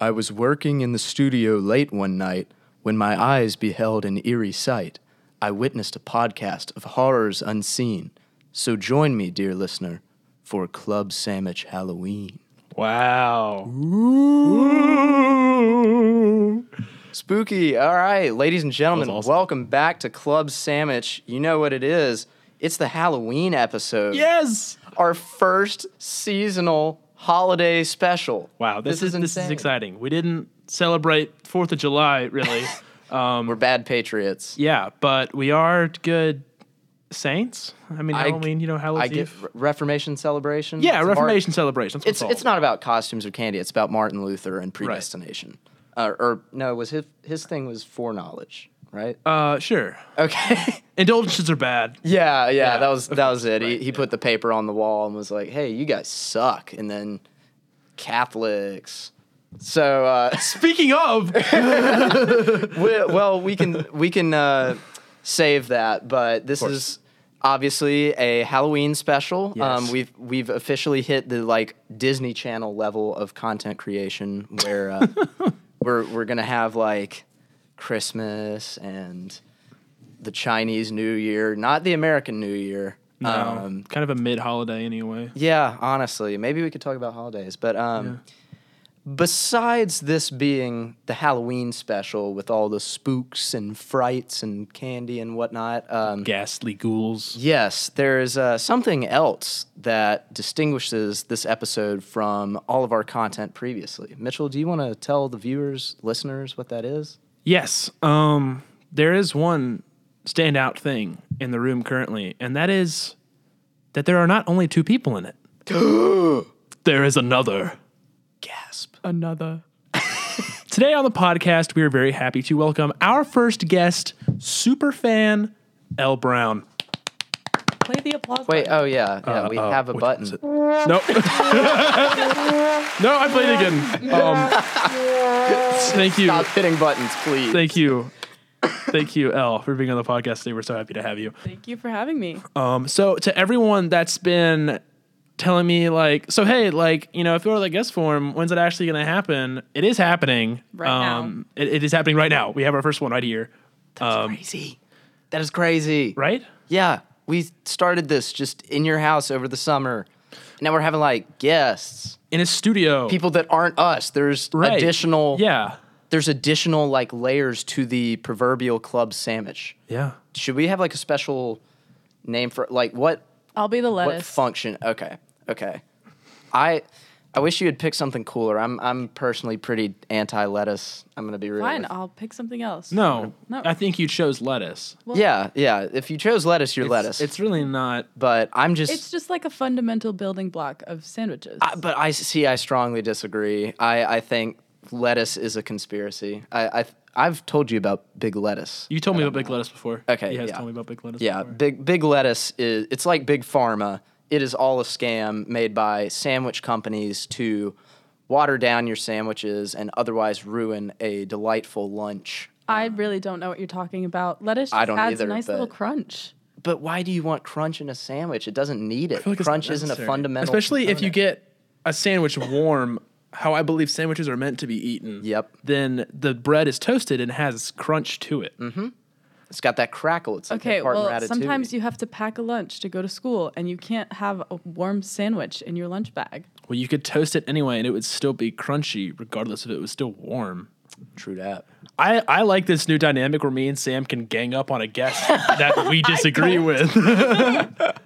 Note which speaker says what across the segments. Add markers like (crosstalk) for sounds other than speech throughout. Speaker 1: I was working in the studio late one night when my eyes beheld an eerie sight. I witnessed a podcast of horrors unseen. So join me, dear listener, for Club Sandwich Halloween.
Speaker 2: Wow.
Speaker 1: Spooky. All right, ladies and gentlemen,
Speaker 2: That was awesome.
Speaker 1: welcome back to Club Sandwich. You know what it is. It's the Halloween episode.
Speaker 2: Yes.
Speaker 1: Our first seasonal holiday special.
Speaker 2: Wow. This, is, this is
Speaker 1: insane.
Speaker 2: exciting. We didn't celebrate Fourth of
Speaker 1: (laughs)
Speaker 2: July really.
Speaker 1: We're bad patriots.
Speaker 2: yeah, but we are good saints. I mean,
Speaker 1: I g-
Speaker 2: Halloween. You know, Halloween.
Speaker 1: I get Re- Reformation celebration.
Speaker 2: yeah,
Speaker 1: It's
Speaker 2: Reformation
Speaker 1: Mar-
Speaker 2: celebration. That's what
Speaker 1: it's it's not about costumes or candy. It's about Martin Luther and predestination. Uh, or no, was his his thing was foreknowledge, right?
Speaker 2: called. Uh, sure.
Speaker 1: okay. (laughs)
Speaker 2: Indulgences are bad.
Speaker 1: Yeah, yeah,
Speaker 2: Yeah,
Speaker 1: that was
Speaker 2: of
Speaker 1: that was it. he
Speaker 2: right,
Speaker 1: he put the paper on the wall and was like, "Hey, you guys suck." And then Catholics. So uh,
Speaker 2: Speaking of,
Speaker 1: we, well, we can we can uh, save that, but this is obviously a Halloween special. Um,
Speaker 2: Yes.
Speaker 1: we've we've officially hit the like Disney Channel level of content creation, where uh, we're we're gonna have like Christmas and the Chinese New Year, not the American New Year.
Speaker 2: um, kind of a mid-holiday anyway.
Speaker 1: Yeah, honestly, maybe we could talk about holidays. But um, besides this being the Halloween special with all the spooks and frights and candy and whatnot, um,
Speaker 2: Ghastly ghouls.
Speaker 1: yes, there's uh, something else that distinguishes this episode from all of our content previously. Mitchell, do you want to tell the viewers, listeners, what that is?
Speaker 2: Yes. Um, there is one standout thing in the room currently, and that is that there are not only two people in it. there is another.
Speaker 1: Gasp.
Speaker 2: Another. (laughs) Today on the podcast, we are very happy to welcome our first guest, superfan L. Brown.
Speaker 3: Play the applause.
Speaker 1: Wait, oh yeah,
Speaker 2: Uh,
Speaker 1: yeah, we have a button.
Speaker 2: (laughs) No. no, I played again. Um, thank you.
Speaker 1: Stop hitting buttons, please.
Speaker 2: Thank you. Thank you, L, for being on the podcast today. We're so happy to have you.
Speaker 3: Thank you for having me.
Speaker 1: Uh,
Speaker 2: Um, so to everyone that's been telling me like, so hey, like, you know, if you're the guest form, when's it actually gonna happen? It is happening.
Speaker 3: Right
Speaker 2: um, now. it is happening right now. We have our first one right here. Um,
Speaker 1: crazy. That is crazy.
Speaker 2: right?
Speaker 1: Yeah, we started this just in your house over the summer. And now we're having like guests,
Speaker 2: In a studio.
Speaker 1: people that aren't us. There's
Speaker 2: right.
Speaker 1: additional
Speaker 2: Yeah.
Speaker 1: there's additional like layers to the proverbial club sandwich.
Speaker 2: Yeah.
Speaker 1: Should we have like a special name for like what
Speaker 3: I'll be the
Speaker 1: what
Speaker 3: lettuce.
Speaker 1: function? Okay. Okay. I I wish you had picked something cooler. I'm I'm personally pretty anti lettuce. I'm going to be real.
Speaker 3: Fine,
Speaker 1: with-
Speaker 3: I'll pick something else.
Speaker 2: No,
Speaker 3: No.
Speaker 2: I think you chose lettuce.
Speaker 1: yeah, yeah. If you chose lettuce, you're lettuce.
Speaker 2: It's really not.
Speaker 1: but I'm
Speaker 3: It's just like a fundamental building block of sandwiches.
Speaker 1: I- but I see. I strongly disagree. I, I think lettuce is a conspiracy. I, I I've told you about big lettuce.
Speaker 2: You told me about big lettuce before.
Speaker 1: Okay,
Speaker 2: You guys
Speaker 1: yeah.
Speaker 2: told me about big lettuce.
Speaker 1: yeah,
Speaker 2: Before.
Speaker 1: big big lettuce is it's like big pharma. It is all a scam made by sandwich companies to water down your sandwiches and otherwise ruin a delightful lunch.
Speaker 3: I really don't know what you're talking about. Lettuce just
Speaker 1: I don't
Speaker 3: adds
Speaker 1: either,
Speaker 3: a nice little
Speaker 1: but-
Speaker 3: crunch.
Speaker 1: But why do you want crunch in a sandwich? It doesn't need it.
Speaker 2: feel like it's
Speaker 1: crunch
Speaker 2: not
Speaker 1: isn't a
Speaker 2: necessary.
Speaker 1: fundamental.
Speaker 2: Especially if you get a sandwich warm, how I believe sandwiches are meant to be eaten.
Speaker 1: Yep.
Speaker 2: Then the bread is toasted and has crunch to it.
Speaker 1: Mm-hmm. it's got that crackle. It's like
Speaker 3: Okay,
Speaker 1: that part of
Speaker 3: well,
Speaker 1: Ratatouille.
Speaker 3: sometimes you have to pack a lunch to go to school, and you can't have a warm sandwich in your lunch bag.
Speaker 2: Well, you could toast it anyway, and it would still be crunchy, regardless if it was still warm.
Speaker 1: true that.
Speaker 2: I, I like this new dynamic where me and Sam can gang up on
Speaker 1: (laughs)
Speaker 2: a guest that we disagree with.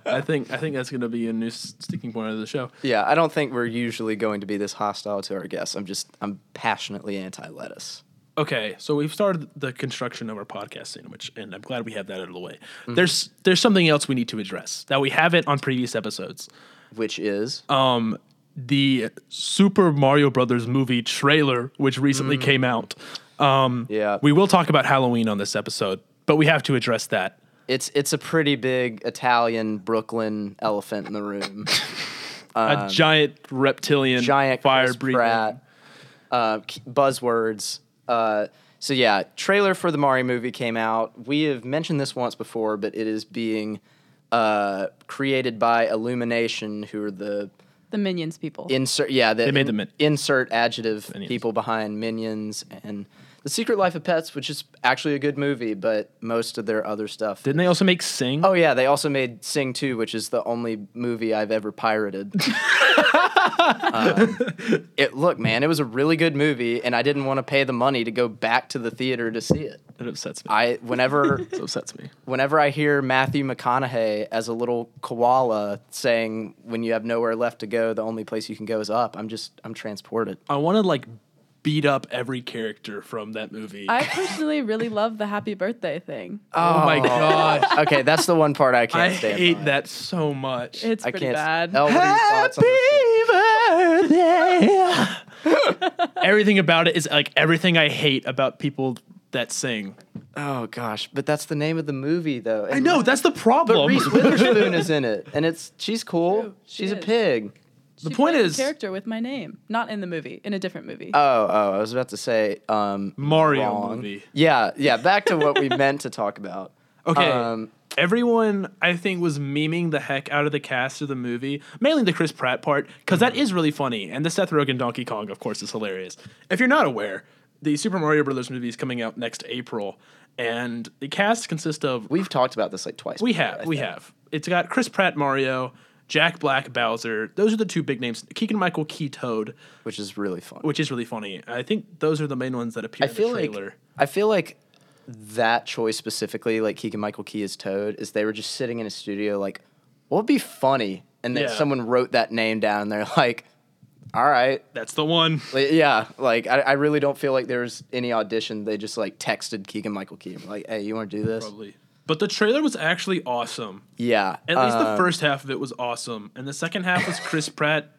Speaker 2: I think I think that's going to be a new s- sticking point of the show.
Speaker 1: Yeah, I don't think we're usually going to be this hostile to our guests. I'm just I'm passionately anti lettuce.
Speaker 2: Okay, so we've started the construction of our podcast sandwich, and I'm glad we have that out of the way.
Speaker 1: Mm.
Speaker 2: There's there's something else we need to address that we haven't on previous episodes.
Speaker 1: Which is
Speaker 2: Um, The Super Mario Brothers movie trailer, which
Speaker 1: Mm.
Speaker 2: recently came out. Um,
Speaker 1: yeah,
Speaker 2: we will talk about Halloween on this episode, but we have to address that.
Speaker 1: it's it's a pretty big Italian Brooklyn elephant in the
Speaker 2: (laughs)
Speaker 1: room.
Speaker 2: a giant reptilian,
Speaker 1: Um, Giant
Speaker 2: fire
Speaker 1: Chris
Speaker 2: breathing.
Speaker 1: Pratt, uh, k- buzzwords. Uh, so yeah, trailer for the Mario movie came out. We have mentioned this once before, but it is being uh, created by Illumination, who are the
Speaker 3: The the minions people.
Speaker 1: insert yeah the,
Speaker 2: They made the min-
Speaker 1: insert adjective
Speaker 2: Minions.
Speaker 1: people behind minions and the secret life of pets which is actually a good movie but most of their other stuff
Speaker 2: Didn't they also make Sing?
Speaker 1: oh yeah they also made sing 2 which is the only movie i've ever pirated
Speaker 2: (laughs)
Speaker 1: Um, it look man it was a really good movie and i didn't want to pay the money to go back to the theater to see it
Speaker 2: It upsets me.
Speaker 1: i
Speaker 2: (laughs)
Speaker 1: whenever
Speaker 2: it upsets me.
Speaker 1: whenever I hear Matthew McConaughey as a little koala saying, "When you have nowhere left to go, the only place you can go is up," I'm just I'm transported.
Speaker 2: I want to like beat up every character from that movie.
Speaker 3: I personally really love the happy birthday thing.
Speaker 1: Uh,
Speaker 2: oh, my
Speaker 1: (laughs)
Speaker 2: gosh.
Speaker 1: okay, that's the one part I
Speaker 2: I
Speaker 3: (laughs)
Speaker 1: can't stand.
Speaker 2: hate
Speaker 1: by.
Speaker 2: that so much.
Speaker 3: It's
Speaker 1: I
Speaker 3: pretty
Speaker 1: can't.
Speaker 3: bad.
Speaker 1: Oh, what are your thoughts on this?
Speaker 2: birthday. everything about it is like everything I hate about people that sing.
Speaker 1: Oh gosh, but that's the name of the movie though.
Speaker 2: I know that's the
Speaker 1: But
Speaker 2: problem.
Speaker 1: Reese (laughs) Witherspoon is in it, and it's she's cool.
Speaker 3: she
Speaker 1: she's a
Speaker 3: is.
Speaker 1: pig.
Speaker 2: the
Speaker 3: She
Speaker 2: point
Speaker 3: played a
Speaker 2: is-
Speaker 3: character with my name, not in the movie, in a different movie.
Speaker 1: Oh, oh, I was about to say um,
Speaker 2: Mario
Speaker 1: wrong.
Speaker 2: movie.
Speaker 1: Yeah, yeah. Back to what we (laughs) meant to talk about.
Speaker 2: Okay.
Speaker 1: Um,
Speaker 2: Everyone, I think, was memeing the heck out of the cast of the movie, mainly the Chris Pratt part, because that is really funny. And the Seth Rogen Donkey Kong, of course, is hilarious. If you're not aware, the Super Mario Brothers movie is coming out next April, and the cast consists of
Speaker 1: we've talked about this like twice.
Speaker 2: we
Speaker 1: before,
Speaker 2: have
Speaker 1: I
Speaker 2: we
Speaker 1: think.
Speaker 2: have. It's got Chris Pratt, Mario, Jack Black, Bowser. Those are the two big names. Keegan Michael Key Toad,
Speaker 1: which is really fun.
Speaker 2: which is really funny. I think those are the main ones that appear
Speaker 1: I feel
Speaker 2: in the
Speaker 1: like
Speaker 2: trailer.
Speaker 1: I feel like that choice specifically, like Keegan Michael Key as Toad, is they were just sitting in a studio like, what would be funny? And then
Speaker 2: Yeah.
Speaker 1: someone wrote that name down and they're like, all right.
Speaker 2: That's the one.
Speaker 1: Like, yeah. Like I, I really don't feel like there's any audition. They just like texted Keegan Michael Key and were like, hey, you wanna do this?
Speaker 2: Probably. But the trailer was actually awesome.
Speaker 1: Yeah.
Speaker 2: At least the
Speaker 1: um,
Speaker 2: first half of it was awesome, and the second half was Chris Pratt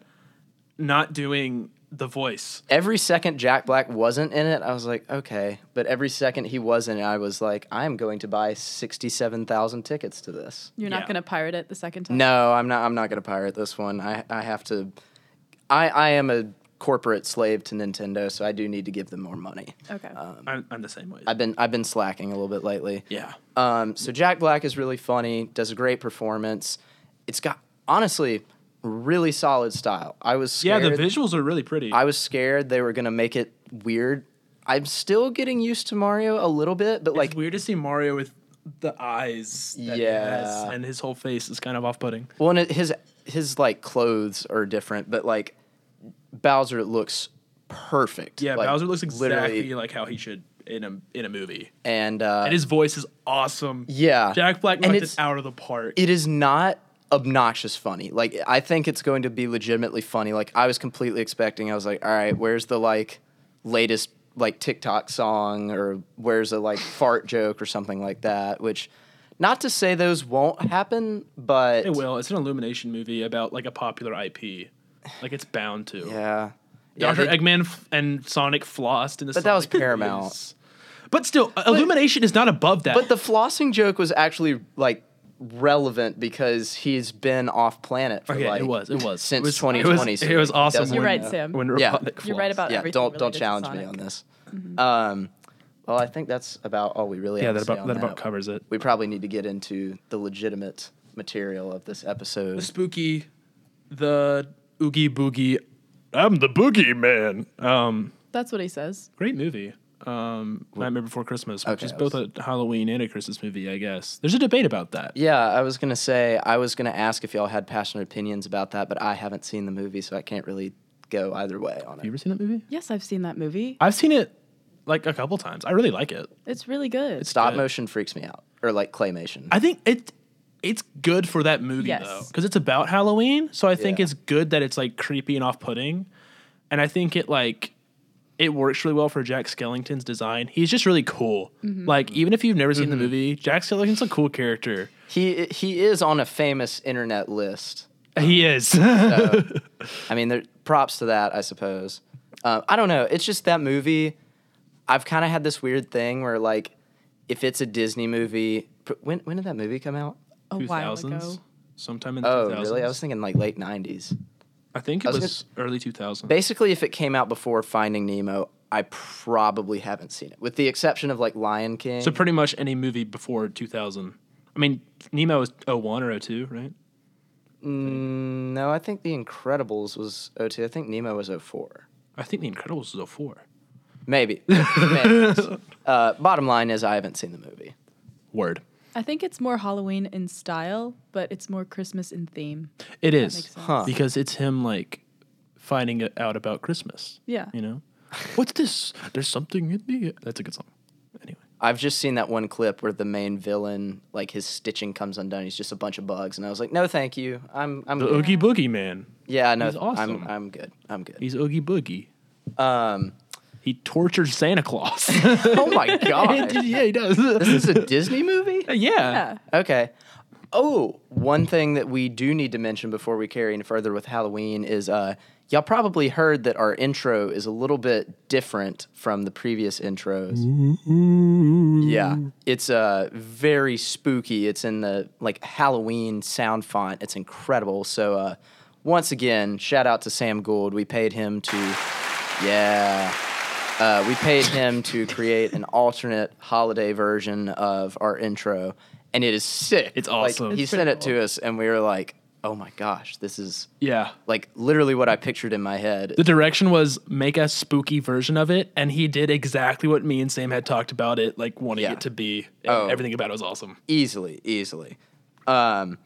Speaker 2: not doing the voice.
Speaker 1: every second Jack Black wasn't in it, I was like, okay. But every second he was in it, I was like, I'm going to buy sixty seven thousand tickets to this.
Speaker 3: You're
Speaker 2: Yeah.
Speaker 3: not going to pirate it the second time?
Speaker 1: No, I'm not. I'm not going to pirate this one. I I have to. I I am a corporate slave to Nintendo, so I do need to give them more money.
Speaker 3: Okay.
Speaker 1: Um,
Speaker 2: I'm, I'm the same way.
Speaker 1: I've been I've been slacking a little bit lately.
Speaker 2: yeah,
Speaker 1: Um. So Jack Black is really funny. Does a great performance. It's got honestly really solid style. I was
Speaker 2: yeah.
Speaker 1: scared.
Speaker 2: The visuals are really pretty.
Speaker 1: I was scared they were going to make it weird. I'm still getting used to Mario a little bit, but like
Speaker 2: it's weird to see Mario with the eyes. That he
Speaker 1: Yeah.
Speaker 2: has, and his whole face is kind of off-putting.
Speaker 1: Well, and it, his his like clothes are different, but like Bowser looks perfect.
Speaker 2: Yeah,
Speaker 1: Like,
Speaker 2: Bowser looks exactly
Speaker 1: literally,
Speaker 2: like how he should in a in a movie,
Speaker 1: and uh,
Speaker 2: and his voice is awesome.
Speaker 1: yeah,
Speaker 2: Jack Black
Speaker 1: and
Speaker 2: knocked it
Speaker 1: it's
Speaker 2: out of the park.
Speaker 1: it is not obnoxious funny. Like I think it's going to be legitimately funny. Like I was completely expecting. I was like, all right, where's the like latest like TikTok song or where's a like fart joke or something like that? Which, not to say those won't happen, but
Speaker 2: it will. It's an Illumination movie about like a popular IP. Like it's bound to.
Speaker 1: yeah, yeah,
Speaker 2: Doctor
Speaker 1: they-
Speaker 2: Eggman f- and Sonic flossed in the.
Speaker 1: But that was
Speaker 2: Sonic
Speaker 1: Paramount.
Speaker 2: movies. But still, uh, Illumination is not above that.
Speaker 1: But the flossing joke was actually like relevant because he's been off planet for
Speaker 2: okay,
Speaker 1: like
Speaker 2: it was, it was
Speaker 1: since
Speaker 2: it was,
Speaker 1: 2020.
Speaker 2: It was,
Speaker 1: so
Speaker 2: it was
Speaker 1: he
Speaker 2: awesome.
Speaker 1: doesn't
Speaker 3: You're
Speaker 2: when-
Speaker 3: right, Sam.
Speaker 2: When
Speaker 1: Yeah.
Speaker 2: Robotnik
Speaker 3: You're right
Speaker 2: flossed.
Speaker 3: about
Speaker 1: Yeah,
Speaker 3: everything
Speaker 1: don't
Speaker 3: related
Speaker 1: don't
Speaker 3: to
Speaker 1: challenge me
Speaker 3: Sonic. Mm-hmm.
Speaker 1: on this. Um, well, I think that's about all we really
Speaker 2: Yeah,
Speaker 1: have
Speaker 2: that
Speaker 1: to say
Speaker 2: about
Speaker 1: on
Speaker 2: that about covers it.
Speaker 1: We probably need to get into the legitimate material of this episode.
Speaker 2: spooky, the oogie boogie. I'm the boogie man. Um,
Speaker 3: That's what he says.
Speaker 2: great movie. Um, Nightmare Before Christmas, which
Speaker 1: Okay,
Speaker 2: is
Speaker 1: I
Speaker 2: both a Halloween and a Christmas movie, I guess. There's a debate about that.
Speaker 1: Yeah, I was gonna say I was gonna ask if y'all had passionate opinions about that, but I haven't seen the movie, so I can't really go either way on
Speaker 2: Have
Speaker 1: it.
Speaker 2: you ever seen that movie?
Speaker 3: Yes, I've seen that movie.
Speaker 2: I've seen it like a couple times. I really like it.
Speaker 3: It's really good.
Speaker 1: Stop
Speaker 2: good.
Speaker 1: motion freaks me out, or like claymation.
Speaker 2: I think it it's good for that movie
Speaker 3: Yes.
Speaker 2: though, because it's about Halloween. So I think
Speaker 1: Yeah.
Speaker 2: it's good that it's like creepy and off putting, and I think it like it works really well for Jack Skellington's design. He's just really cool.
Speaker 3: Mm-hmm.
Speaker 2: Like even if you've never seen
Speaker 1: Mm-hmm.
Speaker 2: the movie, Jack Skellington's a cool character.
Speaker 1: He he is on a famous internet list.
Speaker 2: He is. (laughs)
Speaker 1: I mean, there, props to that, I suppose. Uh, I don't know. It's just that movie. I've kind of had this weird thing where, like, if it's a Disney movie, pr- when when did that movie come out?
Speaker 3: a while ago.
Speaker 2: sometime in the
Speaker 1: Oh,
Speaker 2: 2000s.
Speaker 1: really? I was thinking like late '90s.
Speaker 2: I think it
Speaker 1: I was
Speaker 2: was, early 2000s.
Speaker 1: Basically, if it came out before Finding Nemo, I probably haven't seen it, with the exception of like Lion King.
Speaker 2: so pretty oh much any movie before 2000. I mean, Nemo is 01 or 02, right?
Speaker 1: Mm, no, I think The Incredibles was 02. I think Nemo was 04.
Speaker 2: I think The Incredibles oh was 04.
Speaker 1: Maybe. (laughs) Maybe. Uh, bottom line is, I haven't seen the movie.
Speaker 2: Word.
Speaker 3: I think it's more Halloween in style, but it's more Christmas in theme.
Speaker 2: It is
Speaker 3: makes sense.
Speaker 1: Huh.
Speaker 2: because it's him like finding it out about Christmas.
Speaker 3: Yeah.
Speaker 2: You
Speaker 3: (laughs)
Speaker 2: know, what's this? There's something in the. That's a good song. Anyway,
Speaker 1: I've just seen that one clip where the main villain, like his stitching comes undone. He's just a bunch of bugs, and I was like, "No, thank you. I'm, I'm
Speaker 2: the
Speaker 1: good.
Speaker 2: Oogie Boogie man.
Speaker 1: Yeah, no,
Speaker 2: He's awesome.
Speaker 1: I'm, I'm good. I'm good.
Speaker 2: (laughs) He's Oogie Boogie.
Speaker 1: Um,
Speaker 2: He tortures
Speaker 1: (laughs)
Speaker 2: Santa Claus.
Speaker 1: oh my god,
Speaker 2: (laughs) yeah, he does.
Speaker 1: this is a Disney movie.
Speaker 2: (laughs) yeah.
Speaker 3: Yeah.
Speaker 1: Okay. Oh, one thing that we do need to mention before we carry any further with Halloween is uh, y'all probably heard that our intro is a little bit different from the previous intros. Yeah, it's uh, very spooky. It's in the like Halloween sound font. It's incredible. So uh, once again, shout out to Sam Gould. We paid him to, yeah. Uh, we paid him to create an alternate holiday version of our intro, and it is sick.
Speaker 2: It's
Speaker 1: Like,
Speaker 2: awesome.
Speaker 1: he
Speaker 2: It's
Speaker 1: sent it to us, and we were like, "Oh my gosh, this is
Speaker 2: Yeah.
Speaker 1: like literally what I pictured in my head."
Speaker 2: The direction was make a spooky version of it, and he did exactly what me and Sam had talked about it, like wanting
Speaker 1: Yeah.
Speaker 2: it to be.
Speaker 1: Oh.
Speaker 2: Everything about it was awesome.
Speaker 1: easily, easily. Um,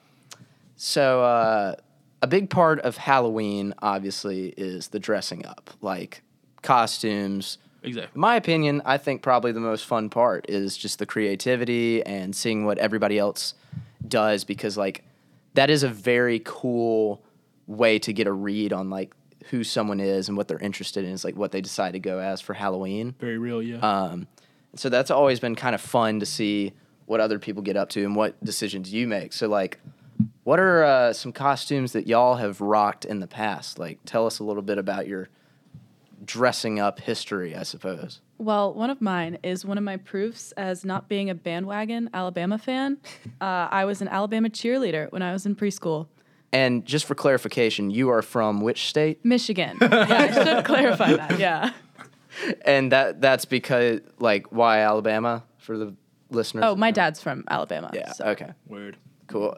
Speaker 1: so uh, a big part of Halloween, obviously, is the dressing up, like costumes.
Speaker 2: Exactly.
Speaker 1: In my opinion, I think probably the most fun part is just the creativity and seeing what everybody else does because like that is a very cool way to get a read on like who someone is and what they're interested in is like what they decide to go as for Halloween.
Speaker 2: Very real, yeah.
Speaker 1: Um, so that's always been kind of fun to see what other people get up to and what decisions you make. So like, what are uh, some costumes that y'all have rocked in the past? Like, tell us a little bit about your dressing up history, I suppose.
Speaker 3: Well, one of mine is one of my proofs as not being a bandwagon
Speaker 1: (laughs)
Speaker 3: Alabama fan. Uh, I was an Alabama cheerleader when I was in preschool.
Speaker 1: And just for clarification, you are from which state?
Speaker 3: Michigan. yeah,
Speaker 1: (laughs)
Speaker 3: I should clarify that. Yeah.
Speaker 1: And that that's because like why Alabama for the listeners?
Speaker 3: Oh, my dad's from Alabama.
Speaker 1: Yeah. uh,
Speaker 3: so-
Speaker 1: Okay. (laughs)
Speaker 2: Word.
Speaker 1: Cool.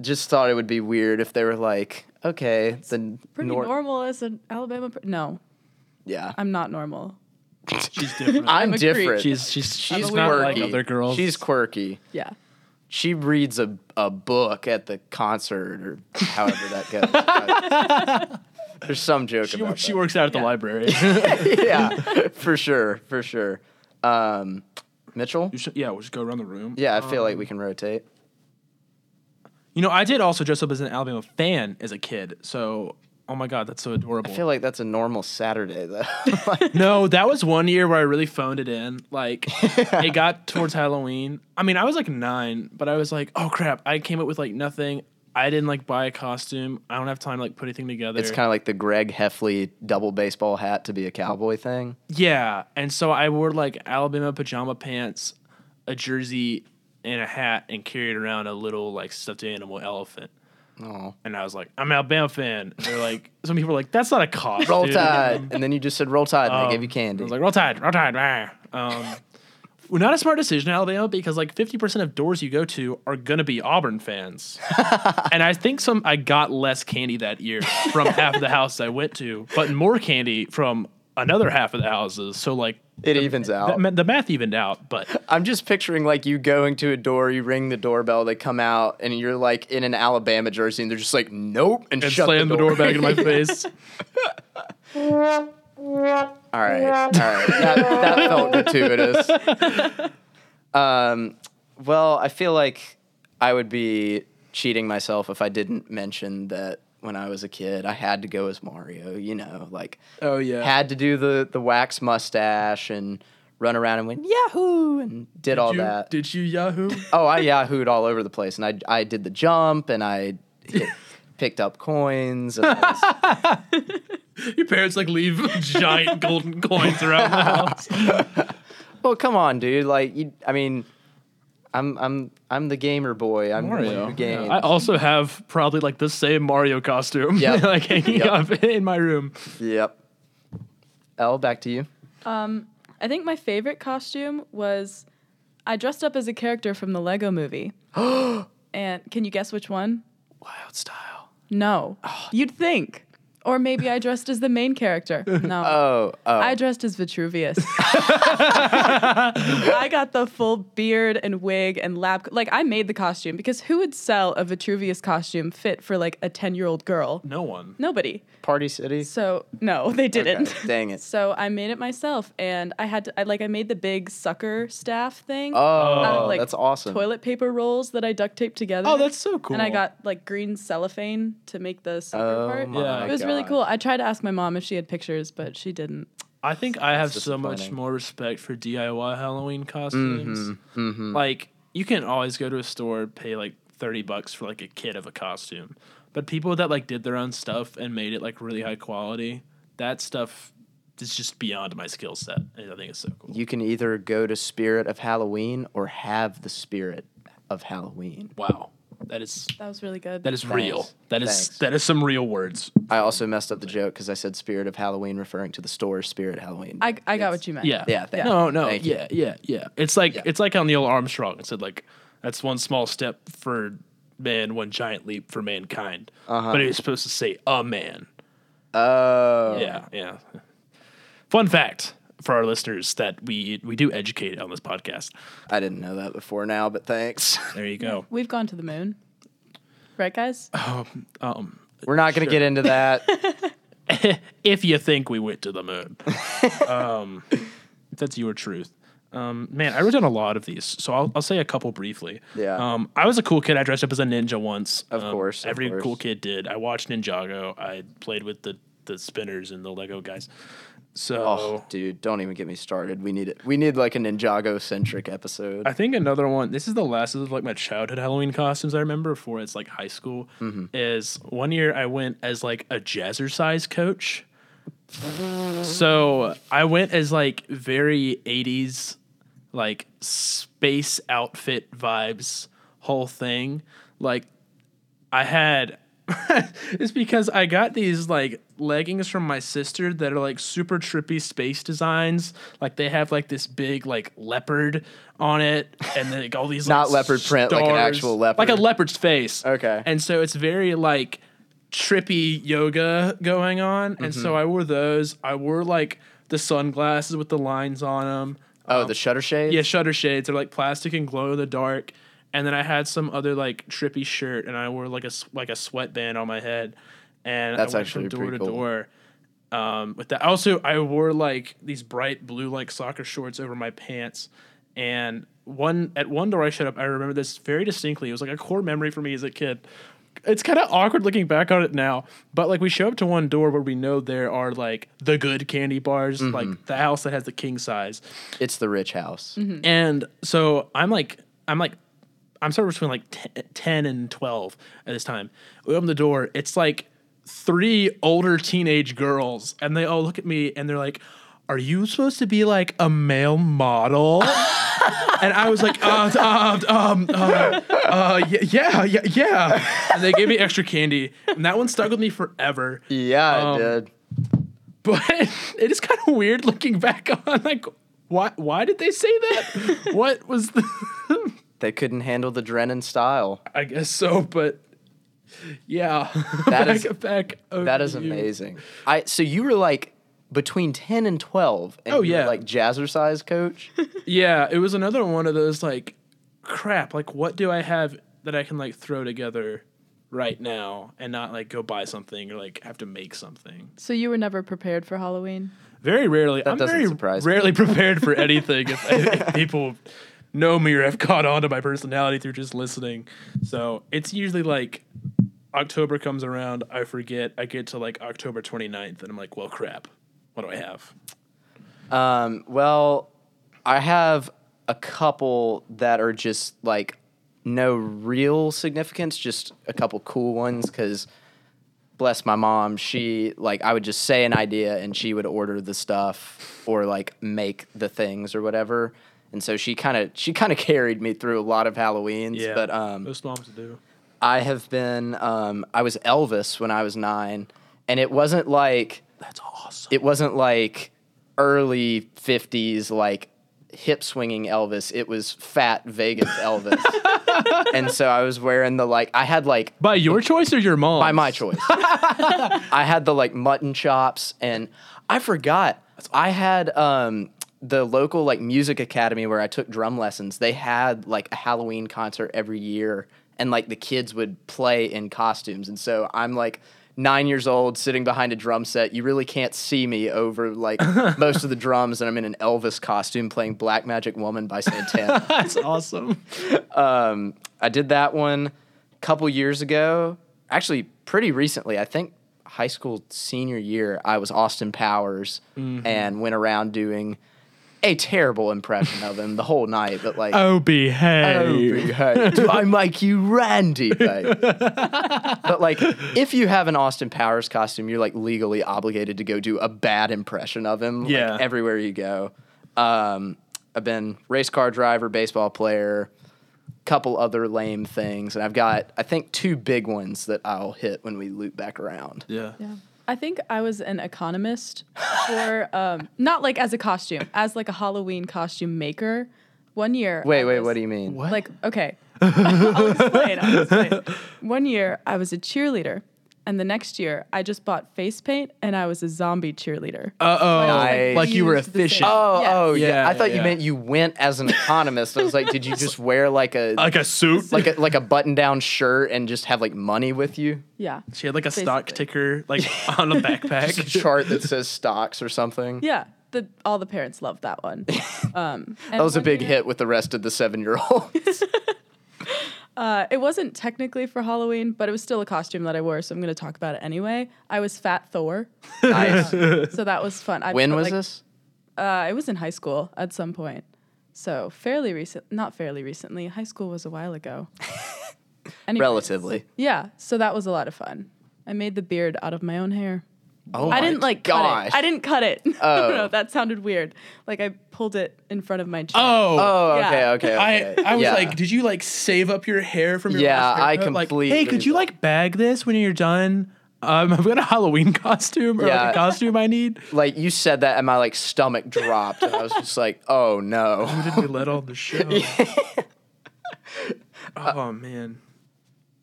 Speaker 1: Just thought it would be weird if they were like, okay, the
Speaker 3: Pretty
Speaker 1: nor-
Speaker 3: normal as an Alabama. Pr- no,
Speaker 1: Yeah.
Speaker 3: I'm not normal.
Speaker 2: She's
Speaker 1: (laughs)
Speaker 2: different.
Speaker 1: I'm,
Speaker 3: a creep.
Speaker 1: different.
Speaker 2: she's she's she's
Speaker 1: She's
Speaker 2: not
Speaker 1: quirky.
Speaker 2: like other girls.
Speaker 1: She's quirky.
Speaker 3: Yeah.
Speaker 1: She reads a, a book at the concert or however that goes.
Speaker 2: (laughs)
Speaker 1: I- there's some joke
Speaker 2: she,
Speaker 1: about
Speaker 2: wor- she
Speaker 1: that.
Speaker 2: works out at
Speaker 1: (laughs)
Speaker 2: the library.
Speaker 1: yeah, for sure, for sure. Um, Mitchell.
Speaker 2: You um, should- yeah, we'll just go around the room.
Speaker 1: Yeah, I feel like we can rotate.
Speaker 2: You know, I did also dress up as an Alabama fan as a kid. So, oh my God, that's so adorable.
Speaker 1: I feel like that's a normal Saturday though. (laughs)
Speaker 2: no, that was one year where I really phoned it in.
Speaker 1: (laughs)
Speaker 2: Like, it got towards Halloween. I mean, I was like nine, but I was like, oh crap, I came up with like nothing. I didn't like buy a costume. I don't have time to like put anything together.
Speaker 1: it's kind of like the Greg Heffley double baseball hat to be a cowboy thing.
Speaker 2: Yeah, and so I wore like Alabama pajama pants, a jersey, and a hat, and carried around a little like stuffed animal elephant.
Speaker 1: Oh,
Speaker 2: And I was like, I'm an Alabama fan. And they're like, some people were like, that's not a cost. (laughs)
Speaker 1: roll
Speaker 2: dude." Um,
Speaker 1: tide, and then you just said roll tide, and they gave you
Speaker 2: I
Speaker 1: candy.
Speaker 2: was like, roll tide, roll tide. rah." Um, (laughs) well, not a smart decision in Alabama because like 50% of doors you go to are going to be
Speaker 1: (laughs)
Speaker 2: Auburn fans. and I think some, I got less candy that year
Speaker 1: (laughs)
Speaker 2: from half of the house I went to, but more candy from another half of the houses. So like,
Speaker 1: it evens out.
Speaker 2: that meant the math evened
Speaker 1: (laughs)
Speaker 2: out, but
Speaker 1: I'm just picturing like you going to a door, you ring the doorbell, they come out, and you're like in an Alabama jersey, and they're just like, nope, and,
Speaker 2: and
Speaker 1: shut
Speaker 2: slammed
Speaker 1: the door.
Speaker 2: back in my face.
Speaker 1: (laughs) all right, all right, that, that felt gratuitous. um, well, I feel like I would be cheating myself if I didn't mention that when I was a kid, I had to go as Mario. You know, like
Speaker 2: Oh yeah.
Speaker 1: had to do the the wax mustache and run around and went yahoo and did, all that.
Speaker 2: Did you Yahoo? (laughs)
Speaker 1: Oh, I yahooed all over the place, and I I did the jump, and I hit, picked up coins. And I was-
Speaker 2: Your parents like leave (laughs) giant golden coins around the
Speaker 1: (laughs)
Speaker 2: house.
Speaker 1: well, come on, dude. Like, you, I mean, I'm I'm I'm the gamer boy. I'm Mario.
Speaker 2: Mario.
Speaker 1: New game.
Speaker 2: I also have probably like the same Mario costume,
Speaker 1: Yeah.
Speaker 2: (laughs) like hanging
Speaker 1: Yep.
Speaker 2: up in my room.
Speaker 1: yep. L, back to you.
Speaker 3: I think my favorite costume was I dressed up
Speaker 1: (gasps)
Speaker 3: as a character from the Lego movie. and can you guess which one?
Speaker 2: Wild style.
Speaker 3: No.
Speaker 1: Oh.
Speaker 3: You'd think. Or maybe I dressed as the
Speaker 1: (laughs)
Speaker 3: main character. No.
Speaker 1: Oh, oh.
Speaker 3: I dressed as
Speaker 1: (laughs)
Speaker 3: Vitruvius. I got the full beard and wig and lab. Like, I made the costume because who would sell a Vitruvius costume fit for like a 10 year old girl?
Speaker 2: No one.
Speaker 3: Nobody.
Speaker 1: Party City.
Speaker 3: So, no, (laughs) they didn't.
Speaker 1: Okay, Dang it.
Speaker 3: So I made it myself, and I had to, I like I made the big sucker staff thing
Speaker 1: Oh,
Speaker 3: out of like
Speaker 1: that's awesome.
Speaker 3: toilet paper rolls that I duct taped together.
Speaker 2: Oh, that's so cool.
Speaker 3: And I got like green cellophane to make the sucker
Speaker 1: Oh
Speaker 3: part.
Speaker 1: my
Speaker 2: Yeah.
Speaker 3: It was really
Speaker 1: God.
Speaker 3: cool. I tried to ask my mom if she had pictures, but she didn't.
Speaker 2: I think I have so much
Speaker 1: disappointing.
Speaker 2: more respect for DIY Halloween costumes.
Speaker 1: Mm-hmm.
Speaker 2: Like you can always go to a store pay like 30 bucks for like a kit of a costume. But people that like did their own stuff and made it like really high quality, that stuff is just beyond my skill set. And I think it's so cool.
Speaker 1: You can either go to Spirit of Halloween or have the Spirit of Halloween.
Speaker 2: Wow. That is
Speaker 3: That was really good.
Speaker 2: that is real.
Speaker 1: Thanks.
Speaker 2: That is
Speaker 1: Thanks.
Speaker 2: that is some real words.
Speaker 1: I also messed up the joke because I said Spirit of Halloween, referring to the store Spirit Halloween.
Speaker 3: I, I got what you meant.
Speaker 2: Yeah.
Speaker 1: Yeah, thank-
Speaker 2: no, no.
Speaker 1: thank you.
Speaker 2: yeah, yeah, yeah. It's like
Speaker 1: Yeah.
Speaker 2: it's like on Neil Armstrong. It said like that's one small step for man, one giant leap for mankind. But it was supposed to say a man.
Speaker 1: oh,
Speaker 2: Yeah, yeah. Fun fact for our listeners that we we do educate on this podcast.
Speaker 1: I didn't know that before now, but thanks.
Speaker 2: There you go.
Speaker 3: We've gone to the moon. Right,
Speaker 2: (sighs)
Speaker 3: guys?
Speaker 2: Um,
Speaker 1: We're not going to get into that.
Speaker 2: (laughs) if you think we went to the moon, (laughs) um, that's your truth. Um, man, I wrote down a lot of these, so I'll, I'll say a couple briefly.
Speaker 1: Yeah.
Speaker 2: Um, I was a cool kid. I dressed up as a ninja once.
Speaker 1: Of
Speaker 2: Um,
Speaker 1: course, of
Speaker 2: Every
Speaker 1: course.
Speaker 2: cool kid did. I watched Ninjago. I played with the the spinners and the Lego guys. So
Speaker 1: Oh, dude, don't even get me started. We need it. We need like a Ninjago centric episode.
Speaker 2: I think another one. This is the last of like my childhood Halloween costumes I remember before it's like high school. Is one year I went as like a jazzercise coach. So I went as like very eighties, like space outfit vibes whole thing. Like I had. (laughs) it's because I got these like leggings from my sister that are like super trippy space designs. Like they have like this big like leopard on it, and then like, all these
Speaker 1: Not
Speaker 2: like,
Speaker 1: leopard print, like an
Speaker 2: stars.
Speaker 1: actual leopard.
Speaker 2: like a leopard's face.
Speaker 1: Okay.
Speaker 2: and so it's very like trippy yoga going on, and
Speaker 1: Mm-hmm.
Speaker 2: so I wore those. I wore like the sunglasses with the lines on them.
Speaker 1: oh, the shutter shades.
Speaker 2: Yeah, shutter shades. They're like plastic and glow in the dark. And then I had some other like trippy shirt, and I wore like a s- like a sweatband on my head, and
Speaker 1: That's
Speaker 2: I went
Speaker 1: actually
Speaker 2: from door
Speaker 1: pretty
Speaker 2: to
Speaker 1: cool.
Speaker 2: door. Um, with that, also I wore like these bright blue like soccer shorts over my pants, and one at one door I showed up. I remember this very distinctly. It was like a core memory for me as a kid. It's kind of awkward looking back on it now, but like we show up to one door where we know there are like the good candy bars,
Speaker 1: Mm-hmm.
Speaker 2: like the house that has the king size,
Speaker 1: It's the rich house.
Speaker 2: and so I'm like, I'm like, I'm somewhere between like te- 10 and 12 at this time. We open the door. It's like three older teenage girls, and they all look at me and they're like, Are you supposed to be like a male model? and I was like, uh, um, um, uh, uh, y- yeah, yeah, yeah. And they gave me extra candy, and that one stuck with me forever
Speaker 1: Yeah,
Speaker 2: Um,
Speaker 1: it did.
Speaker 2: but (laughs) it is kind of weird looking back on like why why did they say that what was the
Speaker 1: They couldn't handle the Drennan style.
Speaker 2: i guess so but yeah (laughs)
Speaker 1: That
Speaker 2: back,
Speaker 1: is-
Speaker 2: back over
Speaker 1: That is
Speaker 2: to you.
Speaker 1: amazing. I so you were like between ten and twelve. And
Speaker 2: Oh,
Speaker 1: you were,
Speaker 2: yeah.
Speaker 1: like jazzercise coach.
Speaker 2: yeah it was another one of those like crap like what do i have that i can like throw together right now and not like go buy something or like have to make something
Speaker 3: So you were never prepared for Halloween?
Speaker 2: very rarely i'm
Speaker 1: doesn't
Speaker 2: very
Speaker 1: surprise me.
Speaker 2: rarely
Speaker 1: (laughs)
Speaker 2: prepared for anything if, if people know me or have caught on to my personality through just listening so it's usually like october comes around i forget i get to like october 29th and i'm like well crap what do i have
Speaker 1: Um, well, I have a couple that are just like no real significance, just a couple cool ones because bless my mom, she like I would just say an idea and she would order the stuff or like make the things or whatever. And so she kind of she kind of carried me through a lot of Halloweens,
Speaker 2: yeah
Speaker 1: but um
Speaker 2: most moms do
Speaker 1: I have been um I was Elvis when I was 9 and it wasn't like
Speaker 2: that's awesome
Speaker 1: it wasn't like early 50s like hip swinging Elvis. It was fat Vegas Elvis. and so I was wearing the like I had like
Speaker 2: By your choice or your mom?
Speaker 1: by my choice. I had the like mutton chops, and I forgot. I had um, the local like music academy where I took drum lessons. They had like a Halloween concert every year, and like the kids would play in costumes. And so I'm like nine years old, sitting behind a drum set. You really can't see me over like most of the drums, and I'm in an Elvis costume playing "Black Magic Woman" by Santana.
Speaker 2: That's awesome.
Speaker 1: Um, I did that one a couple years ago, actually pretty recently. I think high school senior year, I was Austin Powers and went around doing a terrible impression of him the whole night. But like,
Speaker 2: Oh, behave.
Speaker 1: Toby, (laughs) hey, do I make you Randy? babe? but like, if you have an Austin Powers costume, you're like legally obligated to go do a bad impression of him. like,
Speaker 2: Yeah.
Speaker 1: everywhere you go. Um, I've been race car driver, baseball player, couple other lame things, and I've got I think two big ones that I'll hit when we loop back around.
Speaker 2: Yeah.
Speaker 3: Yeah. I think I was an economist for um, not like as a costume, as like a Halloween costume maker. One year.
Speaker 1: Wait,
Speaker 3: I
Speaker 1: wait,
Speaker 3: was-
Speaker 1: what do you mean?
Speaker 2: What?
Speaker 3: Like, okay. I'll explain. I'll explain. One year I was a cheerleader, and the next year I just bought face paint and I was a zombie cheerleader.
Speaker 2: Uh oh.
Speaker 1: Nice.
Speaker 2: Like you were
Speaker 3: used the same-
Speaker 2: efficient.
Speaker 1: Oh,
Speaker 3: Yes.
Speaker 1: oh, yeah.
Speaker 2: Yeah,
Speaker 1: I thought
Speaker 2: yeah.
Speaker 1: you meant you went as an economist. I was like, did you just wear like a
Speaker 2: Like a suit.
Speaker 1: like a like a button down shirt and just have like money with you
Speaker 3: Yeah.
Speaker 2: she had like a stock
Speaker 3: Basically.
Speaker 2: ticker
Speaker 1: (laughs)
Speaker 2: like on a
Speaker 1: a
Speaker 2: backpack.
Speaker 1: chart that says stocks or something
Speaker 3: Yeah. The all the parents loved
Speaker 1: (laughs)
Speaker 3: that one. Um,
Speaker 1: that was a big hit with the rest of the seven year
Speaker 3: (laughs)
Speaker 1: olds
Speaker 3: Uh, it wasn't technically for Halloween, but it was still a costume that I wore, so I'm going to talk about it anyway. I was Fat Thor,
Speaker 1: nice
Speaker 3: so that was fun. I
Speaker 1: when
Speaker 3: put,
Speaker 1: was
Speaker 3: like,
Speaker 1: this
Speaker 3: Uh, it was in high school at some point. So fairly recent, not fairly recently. High school was a while ago.
Speaker 1: (laughs)
Speaker 3: Anyways.
Speaker 1: relatively
Speaker 3: Yeah. So that was a lot of fun. I made the beard out of my own hair.
Speaker 1: oh my
Speaker 3: I didn't like cut
Speaker 1: gosh
Speaker 3: it. I didn't cut it. (laughs)
Speaker 1: Oh.
Speaker 3: no, that sounded weird. Like I pulled it in front of my chin.
Speaker 2: Oh.
Speaker 1: oh
Speaker 3: Yeah.
Speaker 1: okay okay,
Speaker 2: I,
Speaker 1: okay.
Speaker 2: I was
Speaker 1: Yeah.
Speaker 2: like, did you like save up your hair from your
Speaker 1: Yeah,
Speaker 2: last
Speaker 1: I
Speaker 2: haircut? Like, hey,
Speaker 1: completely
Speaker 2: could you like bag this when you're done? Um, (laughs) I've got a Halloween costume or like
Speaker 1: Yeah.
Speaker 2: a costume I need. (laughs)
Speaker 1: like you said that and my like stomach dropped and i was just like oh no
Speaker 2: Did we let all the show?
Speaker 1: (laughs) Uh,
Speaker 2: oh man.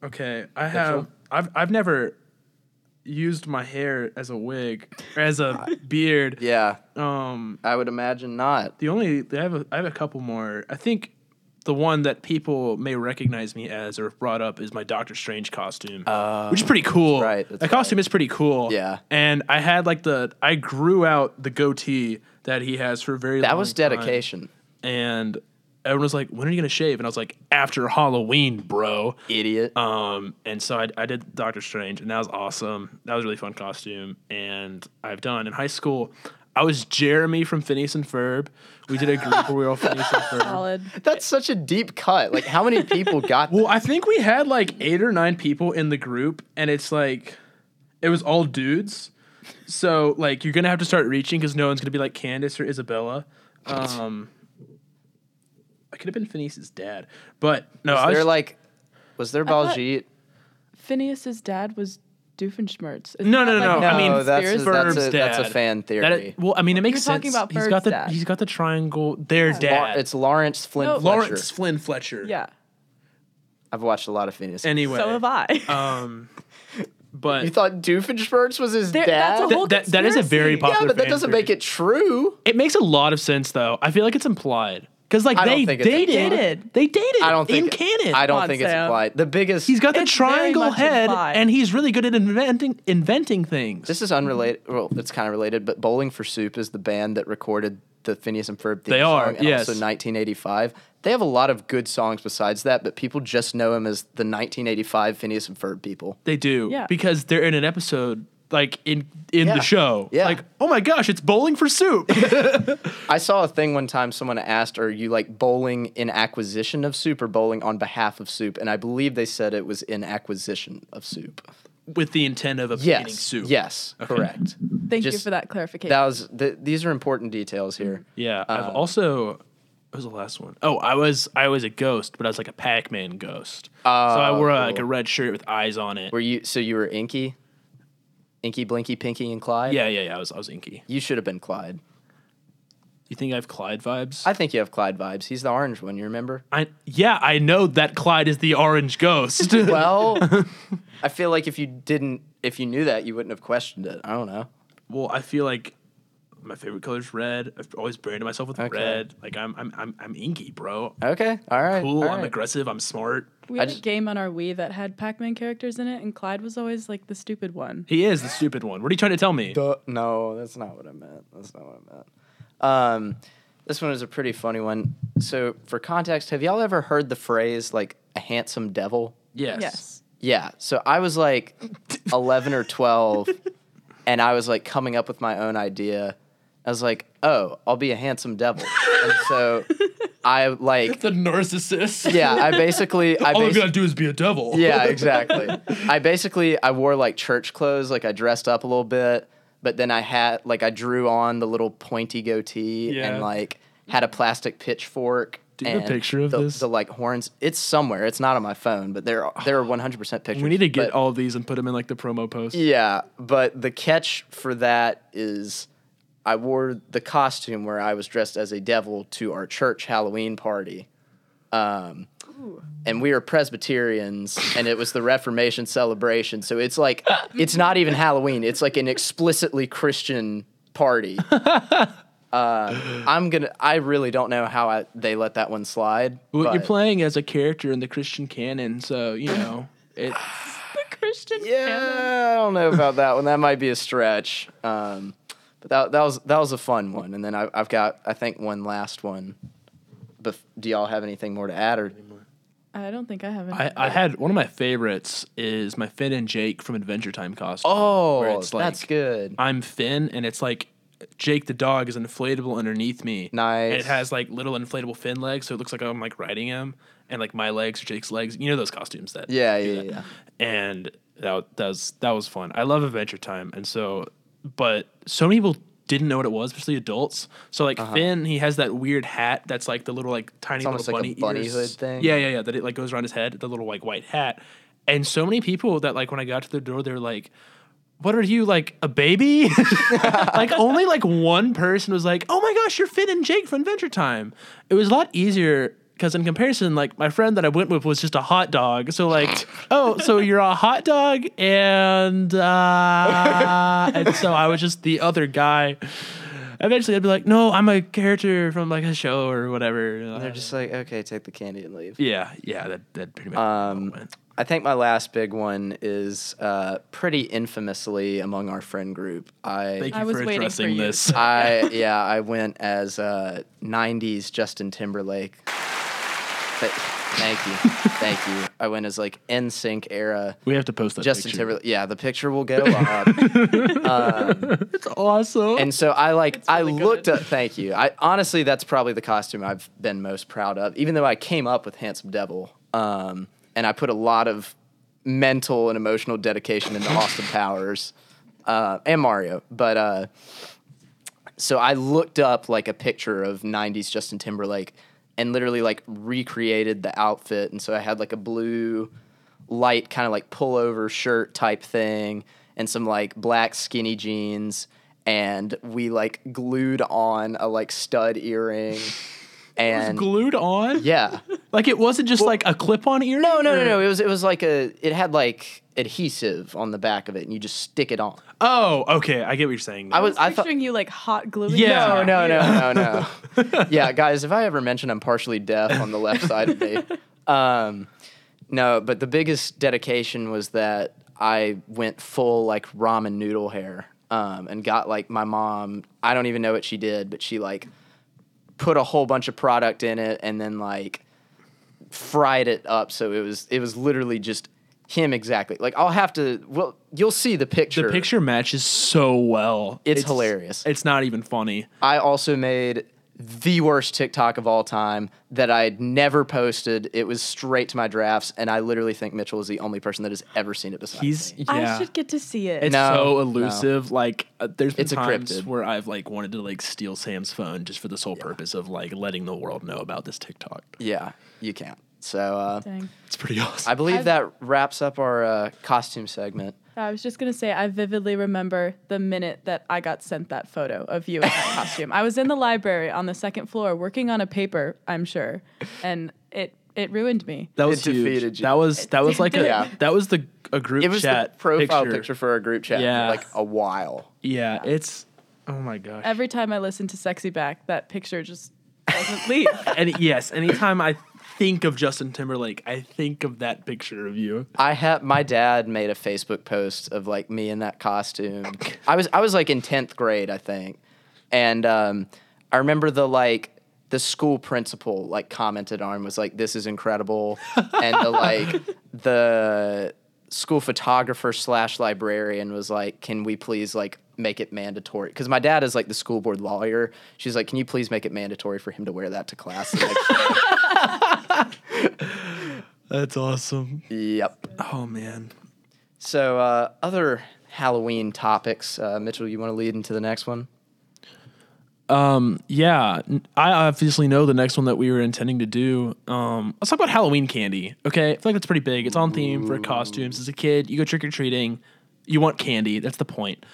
Speaker 2: Okay, I have. I've I've never used my hair as a wig or
Speaker 1: (laughs)
Speaker 2: as a beard.
Speaker 1: yeah
Speaker 2: Um,
Speaker 1: i would imagine not
Speaker 2: the only I have a, I have a couple more. I think the one that people may recognize me as or have brought up is my Doctor Strange costume, which is pretty cool.
Speaker 1: right, Uh, that's
Speaker 2: that costume is pretty cool.
Speaker 1: Yeah.
Speaker 2: and I had like the I grew out the goatee that he has for a very.
Speaker 1: that
Speaker 2: long
Speaker 1: was
Speaker 2: time
Speaker 1: dedication
Speaker 2: and everyone was like, "When are you gonna shave?" And I was like, "After Halloween, bro."
Speaker 1: idiot
Speaker 2: Um, and so I, I did Doctor Strange, and that was awesome. That was a really fun costume, and I've done in high school. I was Jeremy from Phineas and Ferb. We did a group where we were all Phineas and
Speaker 3: (laughs)
Speaker 2: Ferb.
Speaker 3: Solid.
Speaker 1: that's such a deep cut like how many people got
Speaker 2: (laughs) Well, I think we had like eight or nine people in the group, and it's like, it was all dudes. So like, you're gonna have to start reaching because no one's gonna be like Candace or Isabella. Um, I could have been Phineas's dad, but no, I
Speaker 1: was
Speaker 2: was
Speaker 1: there like was there
Speaker 3: thought-
Speaker 1: baljeet
Speaker 3: Phineas's dad was Doofenshmirtz. Isn't
Speaker 2: No,
Speaker 3: that,
Speaker 2: no, no,
Speaker 3: like,
Speaker 2: I mean,
Speaker 1: No, that's a,
Speaker 3: conspiracy?
Speaker 1: that's, a,
Speaker 2: Ferb's
Speaker 1: that's a
Speaker 2: dad.
Speaker 1: fan theory.
Speaker 2: That it- well, I mean, it makes
Speaker 3: were
Speaker 2: sense.
Speaker 3: talking about
Speaker 2: he's
Speaker 3: Bird's
Speaker 2: got the
Speaker 3: dad.
Speaker 2: he's got the triangle. Their
Speaker 1: La-
Speaker 2: dad.
Speaker 1: it's Lawrence Flynn
Speaker 3: No.
Speaker 1: Fletcher.
Speaker 2: Lawrence Flynn Fletcher.
Speaker 3: (laughs) yeah.
Speaker 1: I've watched a lot of Phoenix.
Speaker 2: Anyway.
Speaker 3: So have I.
Speaker 2: Um,
Speaker 1: you
Speaker 2: (laughs) but
Speaker 1: thought Doofenshmirtz was his
Speaker 3: There- that's
Speaker 1: dad?
Speaker 3: a whole
Speaker 2: that, that is a very
Speaker 3: conspiracy.
Speaker 2: popular.
Speaker 1: yeah, but that
Speaker 2: fan
Speaker 1: doesn't
Speaker 2: theory.
Speaker 1: make it true.
Speaker 2: It makes a lot of sense though. I feel like it's implied because like
Speaker 1: I don't
Speaker 2: they
Speaker 1: think it's
Speaker 2: dated.
Speaker 3: implied.
Speaker 2: They dated.
Speaker 1: I don't think
Speaker 2: in canon.
Speaker 1: I don't
Speaker 3: Come on,
Speaker 1: think it's
Speaker 3: Sam.
Speaker 1: implied. The biggest.
Speaker 2: He's got the
Speaker 3: It's very
Speaker 2: triangle
Speaker 3: much
Speaker 2: head,
Speaker 3: implied.
Speaker 2: and he's really good at inventing inventing things.
Speaker 1: This is unrelated. Well, it's kind of related, but Bowling for Soup is the band that recorded the Phineas and Ferb theme
Speaker 2: They are,
Speaker 1: song and
Speaker 2: yes.
Speaker 1: also 1985. They have a lot of good songs besides that, but people just know him as the 1985 Phineas and Ferb people.
Speaker 2: They do.
Speaker 3: Yeah.
Speaker 2: Because they're in an episode like in in
Speaker 1: Yeah.
Speaker 2: the show.
Speaker 1: Yeah.
Speaker 2: Like, oh my gosh, it's bowling for
Speaker 1: (laughs)
Speaker 2: soup. (laughs)
Speaker 1: I saw a thing one time someone asked, Are you like bowling in acquisition of soup or bowling on behalf of soup? And I believe they said it was in acquisition of soup.
Speaker 2: With the intent of
Speaker 1: Yes.
Speaker 2: obtaining soup.
Speaker 1: Yes, correct.
Speaker 3: (laughs) Thank you
Speaker 1: just-
Speaker 3: for that clarification.
Speaker 1: That was th- these are important details here.
Speaker 2: Yeah, I've
Speaker 1: Um,
Speaker 2: also. What was the last one? Oh, I was I was a ghost, but I was like a Pac-Man ghost. so I wore a, like a
Speaker 1: cool.
Speaker 2: red shirt with eyes on it.
Speaker 1: Oh. Were you so you were Inky? Inky, Blinky, Pinky, and Clyde?
Speaker 2: Yeah, yeah, yeah. I was I was inky.
Speaker 1: You should have been Clyde.
Speaker 2: You think I have Clyde vibes?
Speaker 1: I think you have Clyde vibes. He's the orange one. You remember?
Speaker 2: I yeah, I know that Clyde is the orange
Speaker 1: (laughs)
Speaker 2: ghost.
Speaker 1: Well, I feel like if you didn't, if you knew that, you wouldn't have questioned it. I don't know.
Speaker 2: well, I feel like my favorite color is red. I've always branded myself with
Speaker 1: Okay.
Speaker 2: red. Like I'm I'm I'm, I'm inky, bro.
Speaker 1: Okay. All right.
Speaker 2: Cool.
Speaker 1: all
Speaker 2: I'm
Speaker 1: right.
Speaker 2: aggressive. I'm smart.
Speaker 3: We
Speaker 1: I
Speaker 3: had a
Speaker 1: just-
Speaker 3: game on our Wii that had Pac-Man characters in it, and Clyde was always like the stupid one.
Speaker 2: He is the stupid one. What are you trying to tell me?
Speaker 1: Duh. No, that's not what I meant. That's not what I meant. Um, this one is a pretty funny one. So, for context, have y'all ever heard the phrase like a handsome devil?
Speaker 2: Yes.
Speaker 3: Yes.
Speaker 1: Yeah. So I was
Speaker 2: (laughs)
Speaker 1: like 11 or 12, and I was like coming up with my own idea. I was like, oh, I'll be a handsome devil. and so I like,
Speaker 2: The narcissist.
Speaker 1: yeah, I
Speaker 2: (laughs)
Speaker 1: basically, I
Speaker 2: All I've got
Speaker 1: basically.
Speaker 2: to do is be a devil.
Speaker 1: Yeah, exactly. I basically I wore like church clothes, like I dressed up a little bit, but then I had like I drew on the little pointy goatee
Speaker 2: Yeah.
Speaker 1: and like had a plastic pitchfork.
Speaker 2: Do you have a
Speaker 1: and
Speaker 2: picture of
Speaker 1: the,
Speaker 2: this?
Speaker 1: The like horns. It's somewhere. It's not on my phone, but there are, there are 100% pictures.
Speaker 2: We need to get
Speaker 1: but-
Speaker 2: all of these and put them in like the promo post.
Speaker 1: yeah, but the catch for that is I wore the costume where I was dressed as a devil to our church Halloween party. Um, and we are Presbyterians, and it was the Reformation celebration. So it's like, it's not even Halloween. It's like an explicitly Christian party. uh, I'm gonna. I really don't know how I, they let that one slide.
Speaker 2: Well, you're
Speaker 1: but-
Speaker 2: playing as a character in the Christian canon, so you know (sighs) it.
Speaker 3: The Christian canon.
Speaker 1: Yeah, I don't know about that one. That might be a stretch. Um, but that that was that was a fun one. And then I, I've got I think one last one. Bef- do y'all have anything more to add or?
Speaker 3: I don't think I have any.
Speaker 2: I, I had one of my favorites is my Finn and Jake from Adventure Time costume. where
Speaker 1: Oh,
Speaker 2: it's like-
Speaker 1: that's good.
Speaker 2: I'm Finn, and it's like Jake the dog is inflatable underneath me.
Speaker 1: Nice.
Speaker 2: And it has like little inflatable fin legs, so it looks like I'm like riding him, and like my legs are Jake's legs. You know those costumes that.
Speaker 1: Yeah, yeah, yeah.
Speaker 2: And that, wa- that was that was fun. I love Adventure Time, and so, but so many people didn't know what it was, especially adults. So like Finn, he has that weird hat that's like the little like tiny
Speaker 1: Uh-huh.
Speaker 2: little
Speaker 1: almost like
Speaker 2: bunny
Speaker 1: a bunny
Speaker 2: ears.
Speaker 1: hood thing.
Speaker 2: Yeah, yeah, yeah. That it like goes around his head, the little like white hat. And so many people that like when I got to the door, they're like, "What are you like a baby?" (laughs) like only like one person was like, "Oh my gosh, you're Finn and Jake from Adventure Time." It was a lot easier because in comparison, like my friend that I went with was just a hot dog. So (laughs) like, oh, so you're a hot dog, and (laughs) uh, and so I was just the other guy. Eventually, I'd be like, "No, I'm a character from like a show or whatever."
Speaker 1: They're just like, okay, take the candy and leave.
Speaker 2: Yeah, yeah, that that pretty much.
Speaker 1: Um, I think my last big one is uh, pretty infamously among our friend group. I
Speaker 2: Thank
Speaker 3: I
Speaker 2: you
Speaker 3: was
Speaker 2: for
Speaker 3: waiting for
Speaker 2: addressing
Speaker 3: you.
Speaker 2: this.
Speaker 1: I yeah, I went as uh, '90s Justin Timberlake. Th- thank you, thank you. I went as like NSYNC era
Speaker 2: we have to post that.
Speaker 1: Justin
Speaker 2: picture.
Speaker 1: Timberlake. Yeah, the picture will go up.
Speaker 2: It's awesome.
Speaker 1: and so I like
Speaker 3: It's really
Speaker 1: I
Speaker 3: good.
Speaker 1: looked up. Thank you. I honestly, that's probably the costume I've been most proud of. Even though I came up with Handsome Devil, um, and I put a lot of mental and emotional dedication into Austin Powers uh, and Mario, but. Uh, so I looked up like a picture of 90s Justin Timberlake and literally like recreated the outfit. And so I had like a blue, light kind of like pullover shirt type thing and some like black skinny jeans. And we like glued on a like stud earring. And
Speaker 2: glued on.
Speaker 1: yeah.
Speaker 2: Like it wasn't just like a clip-on ear.
Speaker 1: No, no, no, no. It was, it was like a, it had like adhesive on the back of it and you just stick it on.
Speaker 2: Oh, okay. I get what you're saying.
Speaker 1: I
Speaker 2: now.
Speaker 1: was, I thought.
Speaker 3: picturing you like hot gluing.
Speaker 2: Yeah.
Speaker 3: it
Speaker 1: No,
Speaker 3: on
Speaker 1: no,
Speaker 3: you.
Speaker 2: (laughs)
Speaker 1: no, no, no. (laughs) yeah, guys, if I ever mention I'm partially deaf on the left side of (laughs) me, um, no. But the biggest dedication was that I went full like ramen noodle hair um, and got like my mom. I don't even know what she did, but she like put a whole bunch of product in it and then like fried it up. So it was it was literally just him exactly. Like I'll have to. Well, you'll see the picture.
Speaker 2: the picture matches so well.
Speaker 1: It's hilarious.
Speaker 2: It's not even funny.
Speaker 1: I also made the worst TikTok of all time that I had never posted. It was straight to my drafts, and I literally think Mitchell is the only person that has ever seen it besides
Speaker 2: He's
Speaker 1: me.
Speaker 2: yeah.
Speaker 3: I should get to see it.
Speaker 2: it's
Speaker 1: No,
Speaker 2: so
Speaker 1: no.
Speaker 2: elusive. Like uh, there's been
Speaker 1: It's a
Speaker 2: times
Speaker 1: cryptid.
Speaker 2: where I've like wanted to like steal Sam's phone just for the sole purpose of like letting the world know about this TikTok.
Speaker 1: Yeah, you can't. So uh,
Speaker 3: Dang.
Speaker 2: It's pretty awesome.
Speaker 1: I believe
Speaker 3: I've-
Speaker 1: that wraps up our uh, costume segment.
Speaker 3: I was just gonna say I vividly remember the minute that I got sent that photo of
Speaker 2: (laughs)
Speaker 3: you in that costume. I was in the library on the second floor working on a paper, I'm sure, and it it ruined me.
Speaker 2: That was
Speaker 1: It
Speaker 2: huge.
Speaker 1: defeated you.
Speaker 2: That was that was like
Speaker 1: (laughs)
Speaker 2: a
Speaker 1: Yeah.
Speaker 2: that was the a group
Speaker 1: It was the
Speaker 2: chat
Speaker 1: profile picture. for our group chat
Speaker 2: Yeah.
Speaker 1: for like a while.
Speaker 2: Yeah, it's oh my gosh.
Speaker 3: Every time I listen to Sexy Back, that picture just (laughs) doesn't leave.
Speaker 2: and yes, anytime I think of Justin Timberlake, I think of that picture of you.
Speaker 1: I had my dad made a Facebook post of like me in that costume. I was I was like in tenth grade, I think, and um, I remember the like the school principal like commented on and was like, "This is incredible," and the like the school photographer slash librarian was like, "Can we please like make it mandatory?" Because my dad is like the school board lawyer. She's like, "Can you please make it mandatory for him to wear that to class?" the next day?"
Speaker 2: That's awesome.
Speaker 1: yep.
Speaker 2: Oh man.
Speaker 1: So, uh, other Halloween topics. Uh, Mitchell, you want to lead into the next one?
Speaker 2: Yeah, n- I obviously know the next one that we were intending to do. Um, let's talk about Halloween candy. Okay, I feel like that's pretty big. It's on theme for costumes. As a kid, you go trick or treating, you want candy. That's the point,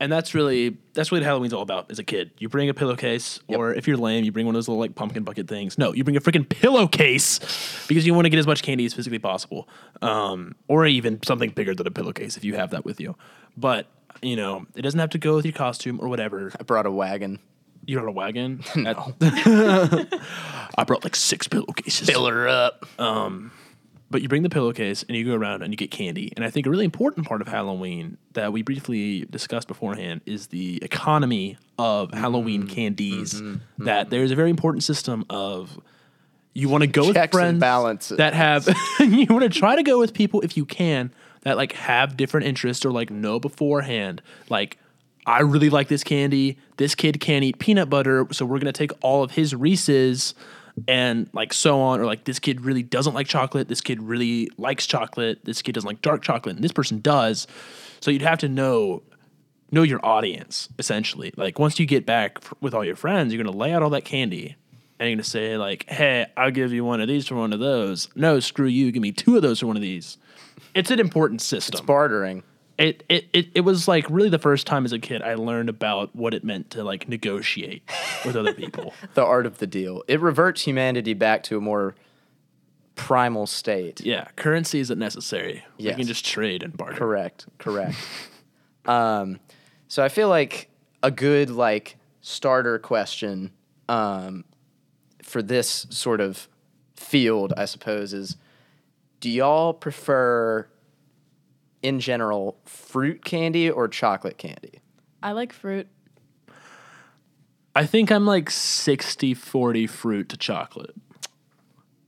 Speaker 2: and that's really that's really what Halloween's all about. As a kid, you bring a pillowcase, or if you're lame, you bring one of those little like pumpkin bucket things. No, you bring a freaking pillowcase because you want to get as much candy as physically possible, um, or even something bigger than a pillowcase if you have that with you. But you know, it doesn't have to go with your costume or whatever.
Speaker 1: I brought a wagon.
Speaker 2: You don't a wagon? (laughs) no. (laughs) I brought like six pillowcases.
Speaker 1: her up.
Speaker 2: But you bring the pillowcase and you go around and you get candy. And I think a really important part of Halloween that we briefly discussed beforehand is the economy of Halloween candies. That there's a very important system of you want to go with
Speaker 1: Checks and
Speaker 2: friends
Speaker 1: balances.
Speaker 2: that have (laughs) you want to try to go with people if you can that like have different interests or like know beforehand like I really like this candy. This kid can't eat peanut butter, so we're gonna take all of his Reese's and like so on. Or like this kid really doesn't like chocolate. This kid really likes chocolate. This kid doesn't like dark chocolate, and this person does. So you'd have to know know your audience essentially. Like once you get back f- with all your friends, you're gonna lay out all that candy, and you're gonna say like, "Hey, I'll give you one of these for one of those." No, screw you. Give me two of those for one of these. It's an important system.
Speaker 1: Bartering.
Speaker 2: it, it it it was like really the first time as a kid I learned about what it meant to like negotiate with other people.
Speaker 1: The art of the deal. It reverts humanity back to a more primal state.
Speaker 2: Yeah, currency isn't necessary. You
Speaker 1: Yes.
Speaker 2: can just trade and barter.
Speaker 1: (laughs) Correct. Correct. um, so I feel like a good like starter question um, for this sort of field, I suppose, is do y'all prefer in general fruit candy or chocolate candy?
Speaker 3: I like fruit.
Speaker 2: I think I'm like 60 40 fruit to chocolate.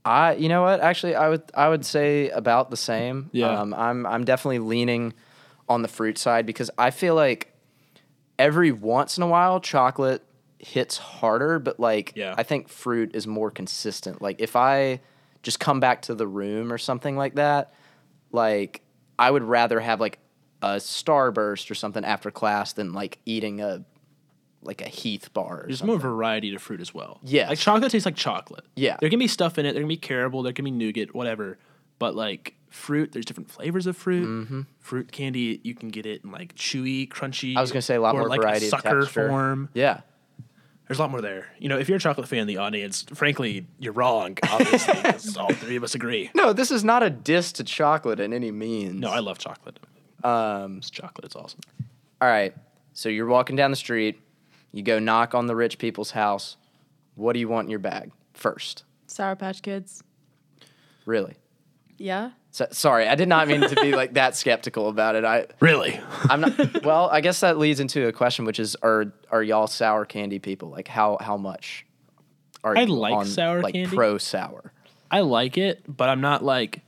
Speaker 1: I you know what actually I would I would say about the same.
Speaker 2: Yeah.
Speaker 1: Um, I'm I'm definitely leaning on the fruit side because I feel like every once in a while chocolate hits harder, but like
Speaker 2: Yeah.
Speaker 1: I think fruit is more consistent. Like if I just come back to the room or something like that, like I would rather have like a starburst or something after class than like eating a like a Heath bar. Or
Speaker 2: There's
Speaker 1: something.
Speaker 2: more variety to fruit as well.
Speaker 1: Yes.
Speaker 2: Like chocolate tastes like chocolate.
Speaker 1: Yeah.
Speaker 2: There can be stuff in it. There can be caramel. There can be nougat, whatever. But like fruit, there's different flavors of fruit. Fruit candy, you can get it in like chewy, crunchy.
Speaker 1: Mm-hmm. I was gonna say a lot
Speaker 2: or
Speaker 1: more
Speaker 2: like
Speaker 1: variety
Speaker 2: a
Speaker 1: of
Speaker 2: sucker
Speaker 1: texture.
Speaker 2: form.
Speaker 1: Yeah.
Speaker 2: There's a lot more there. You know, if you're a chocolate fan, the audience, frankly, you're wrong. Obviously, 'cause all three of us agree.
Speaker 1: No, this is not a diss to chocolate in any means.
Speaker 2: No, I love chocolate. Um, it's chocolate. It's awesome.
Speaker 1: All right. So you're walking down the street, you go knock on the rich people's house. What do you want in your bag first?
Speaker 3: Sour Patch Kids.
Speaker 1: Really?
Speaker 3: Yeah.
Speaker 1: So, sorry, I did not mean to be like that skeptical about it. I,
Speaker 2: Really?
Speaker 1: I'm
Speaker 2: (laughs)
Speaker 1: not. Well, I guess that leads into a question, which is: Are are y'all sour candy people? Like, how how much are
Speaker 2: I
Speaker 1: you
Speaker 2: like
Speaker 1: on,
Speaker 2: sour
Speaker 1: like
Speaker 2: candy.
Speaker 1: pro sour?
Speaker 2: I like it, but I'm not like,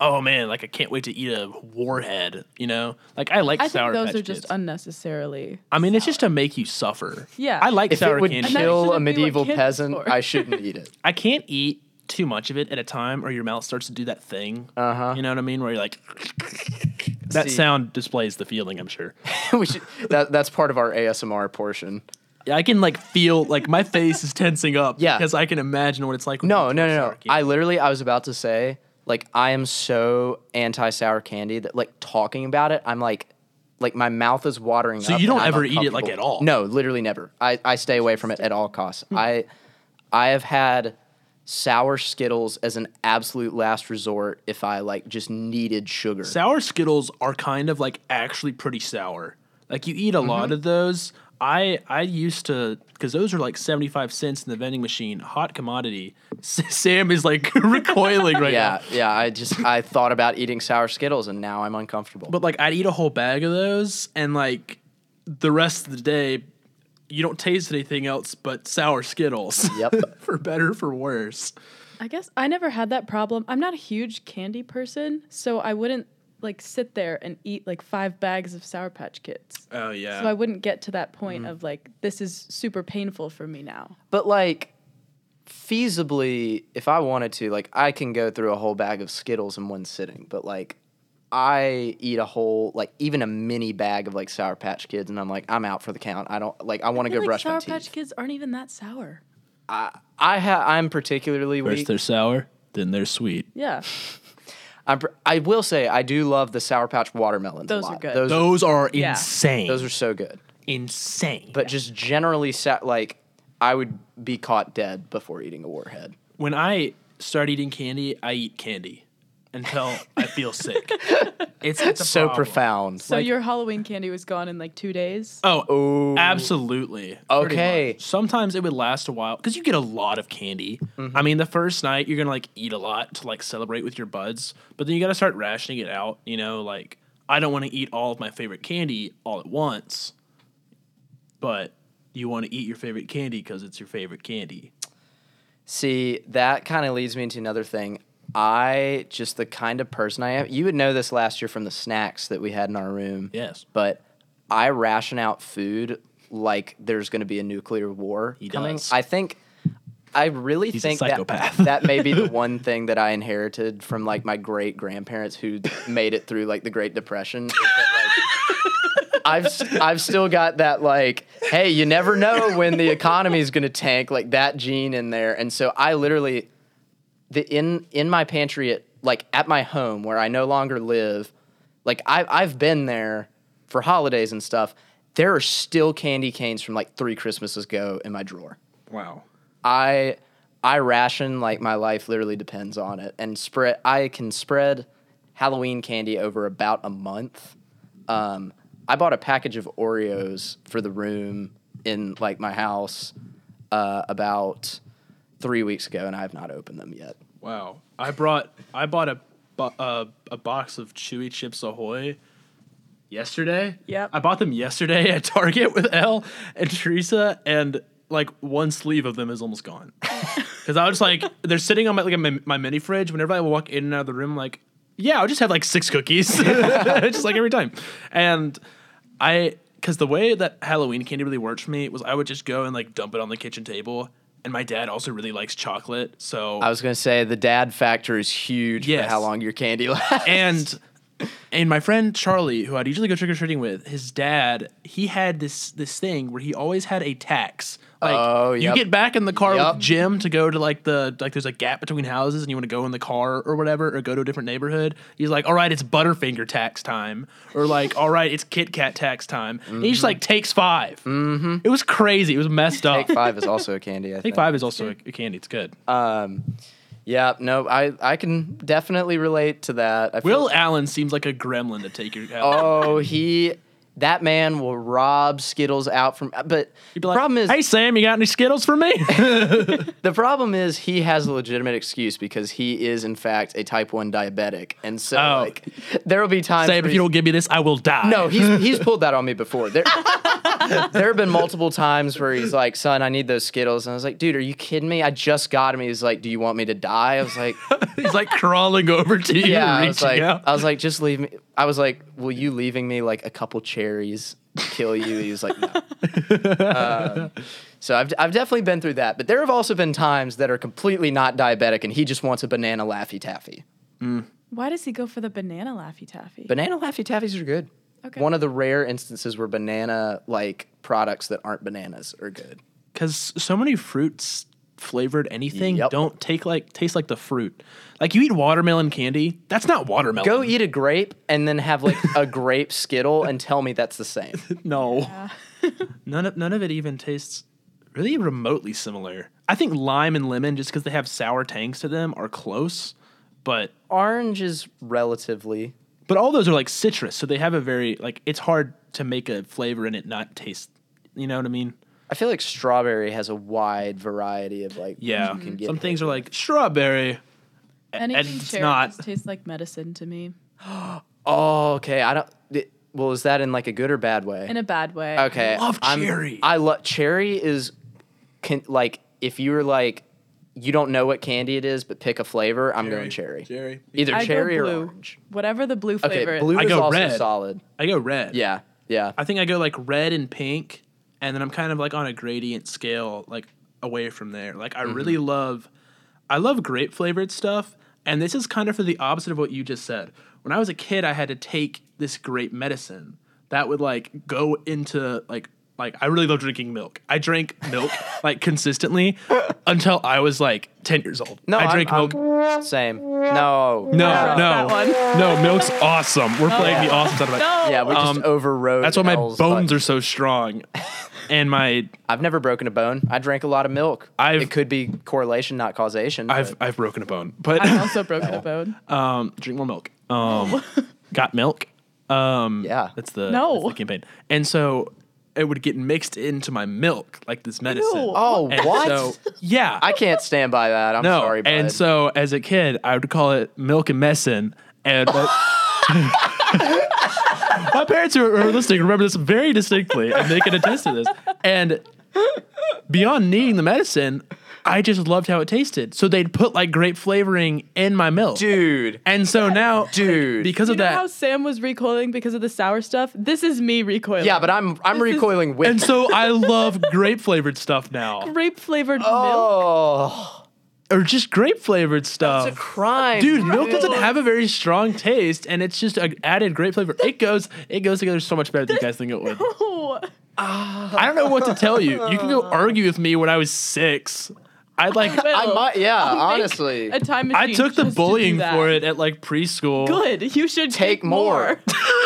Speaker 2: oh man, like I can't wait to eat a warhead. You know, like I like
Speaker 3: I
Speaker 2: sour.
Speaker 3: think those
Speaker 2: Patch
Speaker 3: are just
Speaker 2: Kids.
Speaker 3: unnecessarily.
Speaker 2: I mean, it's just to make you suffer.
Speaker 3: Yeah.
Speaker 2: I like
Speaker 1: If
Speaker 2: sour
Speaker 1: it would
Speaker 2: candy.
Speaker 3: that
Speaker 1: kill a
Speaker 3: shouldn't be what
Speaker 1: medieval
Speaker 3: kids
Speaker 1: peasant,
Speaker 3: for.
Speaker 1: I shouldn't eat it. (laughs)
Speaker 2: I can't eat too much of it at a time, or your mouth starts to do that thing. Uh huh. You know what I mean? Where you're
Speaker 1: (laughs)
Speaker 2: like, that
Speaker 1: Uh-huh. See-
Speaker 2: sound displays the feeling. I'm sure.
Speaker 1: we should, that, that's part of our ASMR portion.
Speaker 2: Yeah, I can like feel like my face is tensing up.
Speaker 1: Yeah.
Speaker 2: because I can imagine what it's like. when
Speaker 1: No,
Speaker 2: you
Speaker 1: no,
Speaker 2: eat
Speaker 1: no,
Speaker 2: sour
Speaker 1: no.
Speaker 2: candy.
Speaker 1: I literally, I was about to say, like I am so anti sour candy that like talking about it, I'm like like my mouth is watering
Speaker 2: So
Speaker 1: up
Speaker 2: you don't
Speaker 1: and I'm
Speaker 2: ever eat it, like,
Speaker 1: uncomfortable.
Speaker 2: at all? Hmm.
Speaker 1: No, literally never. I, I stay away from it at all costs. I I have had sour Skittles as an absolute last resort if I like just needed sugar.
Speaker 2: Sour Skittles are kind of like actually pretty sour. Like you eat a
Speaker 1: Mm-hmm.
Speaker 2: lot of those. I I used to because those are like seventy five cents in the vending machine, hot commodity. (laughs) Sam is like (laughs) recoiling right
Speaker 1: yeah,
Speaker 2: now.
Speaker 1: yeah. I just I thought about eating sour Skittles and now I'm uncomfortable.
Speaker 2: But like I'd eat a whole bag of those, and like the rest of the day, you don't taste anything else but sour Skittles.
Speaker 1: Yep.
Speaker 2: (laughs) for better for worse.
Speaker 3: I guess I never had that problem. I'm not a huge candy person, so I wouldn't like sit there and eat like five bags of Sour Patch Kids.
Speaker 2: Oh yeah.
Speaker 3: So I wouldn't get to that point of like this is super painful for me now.
Speaker 1: But like feasibly, if I wanted to, like I can go through a whole bag of Skittles in one sitting, but like I eat a whole like even a mini bag of like Sour Patch Kids and I'm like I'm out for the count. I don't like I want to go
Speaker 3: feel like
Speaker 1: brush
Speaker 3: Sour
Speaker 1: my
Speaker 3: Patch
Speaker 1: teeth.
Speaker 3: Kids aren't even that sour.
Speaker 1: I ha- I'm particularly
Speaker 2: First
Speaker 1: weak.
Speaker 2: they're sour, then they're sweet.
Speaker 3: Yeah,
Speaker 1: I'm pr- I will say I do love the Sour Patch watermelons. a
Speaker 3: Those are
Speaker 1: lot.
Speaker 3: good.
Speaker 1: Those,
Speaker 2: Those are
Speaker 3: Yeah.
Speaker 2: insane.
Speaker 1: those are so good.
Speaker 2: insane.
Speaker 1: But just generally sa- like I would be caught dead before eating a warhead.
Speaker 2: when I start eating candy, I eat candy until I feel sick. It's, it's a
Speaker 1: So
Speaker 2: problem.
Speaker 1: profound.
Speaker 3: so
Speaker 1: Like,
Speaker 3: your Halloween candy was gone in like two days.
Speaker 2: Oh,
Speaker 1: Ooh.
Speaker 2: absolutely. pretty
Speaker 1: Okay.
Speaker 2: much. Sometimes it would last a while because you get a lot of candy.
Speaker 1: Mm-hmm.
Speaker 2: I mean, the first night you're gonna like eat a lot to like celebrate with your buds, but then you gotta start rationing it out. You know, like I don't want to eat all of my favorite candy all at once, but you want to eat your favorite candy because it's your favorite candy.
Speaker 1: See, that kind of leads me into another thing. I just the kind of person I am. You would know this last year from the snacks that we had in our room.
Speaker 2: Yes.
Speaker 1: But I ration out food like there's going to be a nuclear war
Speaker 2: He
Speaker 1: coming.
Speaker 2: does.
Speaker 1: I think I really
Speaker 2: He's a
Speaker 1: think (laughs)
Speaker 2: psychopath.
Speaker 1: that that may be
Speaker 2: (laughs)
Speaker 1: the one thing that I inherited from like my great grandparents who made it through like the Great Depression. is that,
Speaker 2: (laughs)
Speaker 1: like, I've s- I've still got that like, hey, you never know when the economy is gonna tank, like that gene in there, and so I literally, the in in my pantry at like at my home where I no longer live, like I I've been there for holidays and stuff. There are still candy canes from like three Christmases ago in my drawer.
Speaker 2: Wow.
Speaker 1: I I ration like my life literally depends on it, and spread I can spread Halloween candy over about a month. Um, I bought a package of Oreos for the room in like my house uh, about three weeks ago, and I have not opened them yet.
Speaker 2: Wow. I brought I bought a bo- uh, a box of Chewy Chips Ahoy yesterday.
Speaker 3: Yep.
Speaker 2: I bought them yesterday at Target with Elle and Teresa, and like one sleeve of them is almost gone. Because I was like, they're sitting on my like my, my mini fridge. Whenever I walk in and out of the room, I'm like, yeah, I'll just have like six cookies, (laughs) just like every time. And I, because the way that Halloween candy really worked for me was I would just go and like dump it on the kitchen table. And my dad also really likes chocolate, so
Speaker 1: I was gonna say the dad factor is huge
Speaker 2: Yes.
Speaker 1: for how long your candy (laughs) lasts.
Speaker 2: and and my friend Charlie, who I'd usually go trick or treating with, his dad, he had this this thing where he always had a tax. Like
Speaker 1: Oh,
Speaker 2: you
Speaker 1: yep.
Speaker 2: get back in the car
Speaker 1: Yep.
Speaker 2: with Jim to go to like the like there's a gap between houses and you want to go in the car or whatever or go to a different neighborhood. He's like, all right, it's Butterfinger tax time, or like, all right, it's Kit Kat tax time. And he just like takes 5 Mm-hmm. It was crazy. It was messed up.
Speaker 1: Take five Uh, is also a candy. I
Speaker 2: Take
Speaker 1: think.
Speaker 2: five is also a, a candy. It's good.
Speaker 1: Yeah, no, I, I can definitely relate to that. I feel
Speaker 2: Will Allen seems like a gremlin to take your.
Speaker 1: Oh, he that man will rob Skittles out from uh, but the
Speaker 2: He'd be like,
Speaker 1: problem is
Speaker 2: hey Sam, you got any Skittles
Speaker 1: (laughs)
Speaker 2: for me?
Speaker 1: the problem is he has a legitimate excuse because he is in fact a type 1 diabetic. And so
Speaker 2: Oh.
Speaker 1: like there will be times
Speaker 2: Sam,
Speaker 1: where
Speaker 2: if you don't give me this, I will die.
Speaker 1: No, he's he's pulled that on me before. There there have been multiple times where he's like, "Son, I need those Skittles." And I was like, "Dude, are you kidding me? I just got him." He's like, "Do you want me to die?" I was like,
Speaker 2: (laughs) he's like crawling over (laughs) to you,
Speaker 1: yeah,
Speaker 2: and
Speaker 1: I
Speaker 2: reaching
Speaker 1: was like,
Speaker 2: out.
Speaker 1: I was like, just leave me. I was like, will you leaving me like a couple cherries kill you? He was like,
Speaker 2: (laughs)
Speaker 1: no. Um, so I've, I've definitely been through that, but there have also been times that are completely not diabetic, and he just wants a banana laffy taffy.
Speaker 3: Why does he go for the banana Laffy Taffy?
Speaker 1: Banana laffy taffies are good.
Speaker 3: Okay.
Speaker 1: One of the rare instances where banana like products that aren't bananas are good.
Speaker 2: Because so many fruits flavored anything
Speaker 1: Yep.
Speaker 2: don't take like taste like the fruit. Like you eat watermelon candy, that's not watermelon.
Speaker 1: Go eat a grape and then have like a grape Skittle and tell me that's the
Speaker 2: (laughs)
Speaker 1: same.
Speaker 2: (laughs) No. none of none of it even tastes really remotely similar. I think lime and lemon, just because they have sour tangs to them, are close. But
Speaker 1: Orange is relatively.
Speaker 2: but all those are like citrus, so they have a very like it's hard to make a flavor and it not taste. You know what I mean?
Speaker 1: I feel like strawberry has a wide variety of like. what
Speaker 2: Yeah.
Speaker 1: you can
Speaker 3: Mm-hmm.
Speaker 1: get
Speaker 2: Some things are like strawberry.
Speaker 3: Anything
Speaker 2: it's
Speaker 3: cherry
Speaker 2: not-
Speaker 3: just tastes like medicine to me
Speaker 1: Oh, okay. I don't. it- well, is that in like a good or bad way?
Speaker 3: in a bad way.
Speaker 1: okay.
Speaker 2: love cherry.
Speaker 1: I love cherry. Is can, like if you were like you don't know what candy it is, but pick a flavor. I'm going cherry.
Speaker 2: Cherry.
Speaker 1: Either
Speaker 3: I go
Speaker 1: cherry or
Speaker 3: blue.
Speaker 1: orange.
Speaker 3: Whatever the blue
Speaker 1: Okay,
Speaker 3: flavor. is.
Speaker 1: blue
Speaker 2: I
Speaker 1: is
Speaker 2: go
Speaker 1: also
Speaker 2: red.
Speaker 1: solid.
Speaker 2: I go red.
Speaker 1: Yeah, yeah.
Speaker 2: I think I go like red and pink, and then I'm kind of like on a gradient scale, like away from there. Like I really
Speaker 1: Mm-hmm.
Speaker 2: love, I love grape flavored stuff, and this is kind of for the opposite of what you just said. When I was a kid, I had to take this grape medicine that would like go into like like I really love drinking milk. I drank
Speaker 1: (laughs)
Speaker 2: milk like consistently until I was like ten years old.
Speaker 1: No,
Speaker 2: I
Speaker 1: I'm-
Speaker 2: drank
Speaker 1: (laughs)
Speaker 2: milk.
Speaker 1: I'm- Same. No.
Speaker 2: no,
Speaker 3: Yeah,
Speaker 2: no,
Speaker 3: that
Speaker 2: no. Milk's awesome. We're playing the awesome side of it.
Speaker 3: No.
Speaker 1: Yeah, we just
Speaker 2: Um,
Speaker 1: overrode.
Speaker 2: That's why my
Speaker 1: L's
Speaker 2: bones
Speaker 1: button.
Speaker 2: are so (laughs) strong, and my
Speaker 1: I've never broken a bone. I drank a lot of milk.
Speaker 2: I've-
Speaker 1: it could be correlation, not causation.
Speaker 2: I've I've broken a bone, but
Speaker 3: I've also broken (laughs) a bone.
Speaker 2: um, drink more milk. (laughs) Um, got milk. Um,
Speaker 1: Yeah.
Speaker 2: that's the
Speaker 3: No.
Speaker 2: that's the campaign. And so it would get mixed into my milk like this medicine.
Speaker 3: Ew.
Speaker 1: oh,
Speaker 2: (laughs) And
Speaker 1: what?
Speaker 2: So, yeah,
Speaker 1: I can't stand by that. I'm
Speaker 2: no.
Speaker 1: sorry, bud.
Speaker 2: and so as a kid, I would call it milk and messin. And my, (laughs) my parents who are listening remember this very distinctly, and they can attest to this. And beyond needing the medicine, I just loved how it tasted. So they'd put like grape flavoring in my milk,
Speaker 1: dude,
Speaker 2: And so now,
Speaker 1: dude.
Speaker 2: because
Speaker 3: You
Speaker 2: of
Speaker 3: know
Speaker 2: that,
Speaker 3: how Sam was recoiling because of the sour stuff? This is me recoiling.
Speaker 1: yeah, but I'm I'm
Speaker 3: This is-
Speaker 1: recoiling with.
Speaker 2: and so I love grape flavored stuff now,
Speaker 3: grape flavored milk.
Speaker 1: oh,
Speaker 2: or just grape flavored
Speaker 1: it's a
Speaker 2: stuff.
Speaker 1: crime,
Speaker 2: Dude, milk doesn't have a very strong taste, and it's just an added grape flavor. It goes, it goes together so much better than you guys think it
Speaker 3: (laughs)
Speaker 2: would.
Speaker 3: Oh,
Speaker 2: I don't know what to tell you. You can go argue with me when I was six. I like,
Speaker 3: well,
Speaker 1: I might, yeah,
Speaker 3: I'll make
Speaker 1: honestly,
Speaker 3: a time
Speaker 2: I
Speaker 3: machine
Speaker 2: took the
Speaker 3: just to do
Speaker 2: bullying
Speaker 3: that.
Speaker 2: for it at like preschool.
Speaker 3: Good. You should
Speaker 1: Take more.
Speaker 3: (laughs)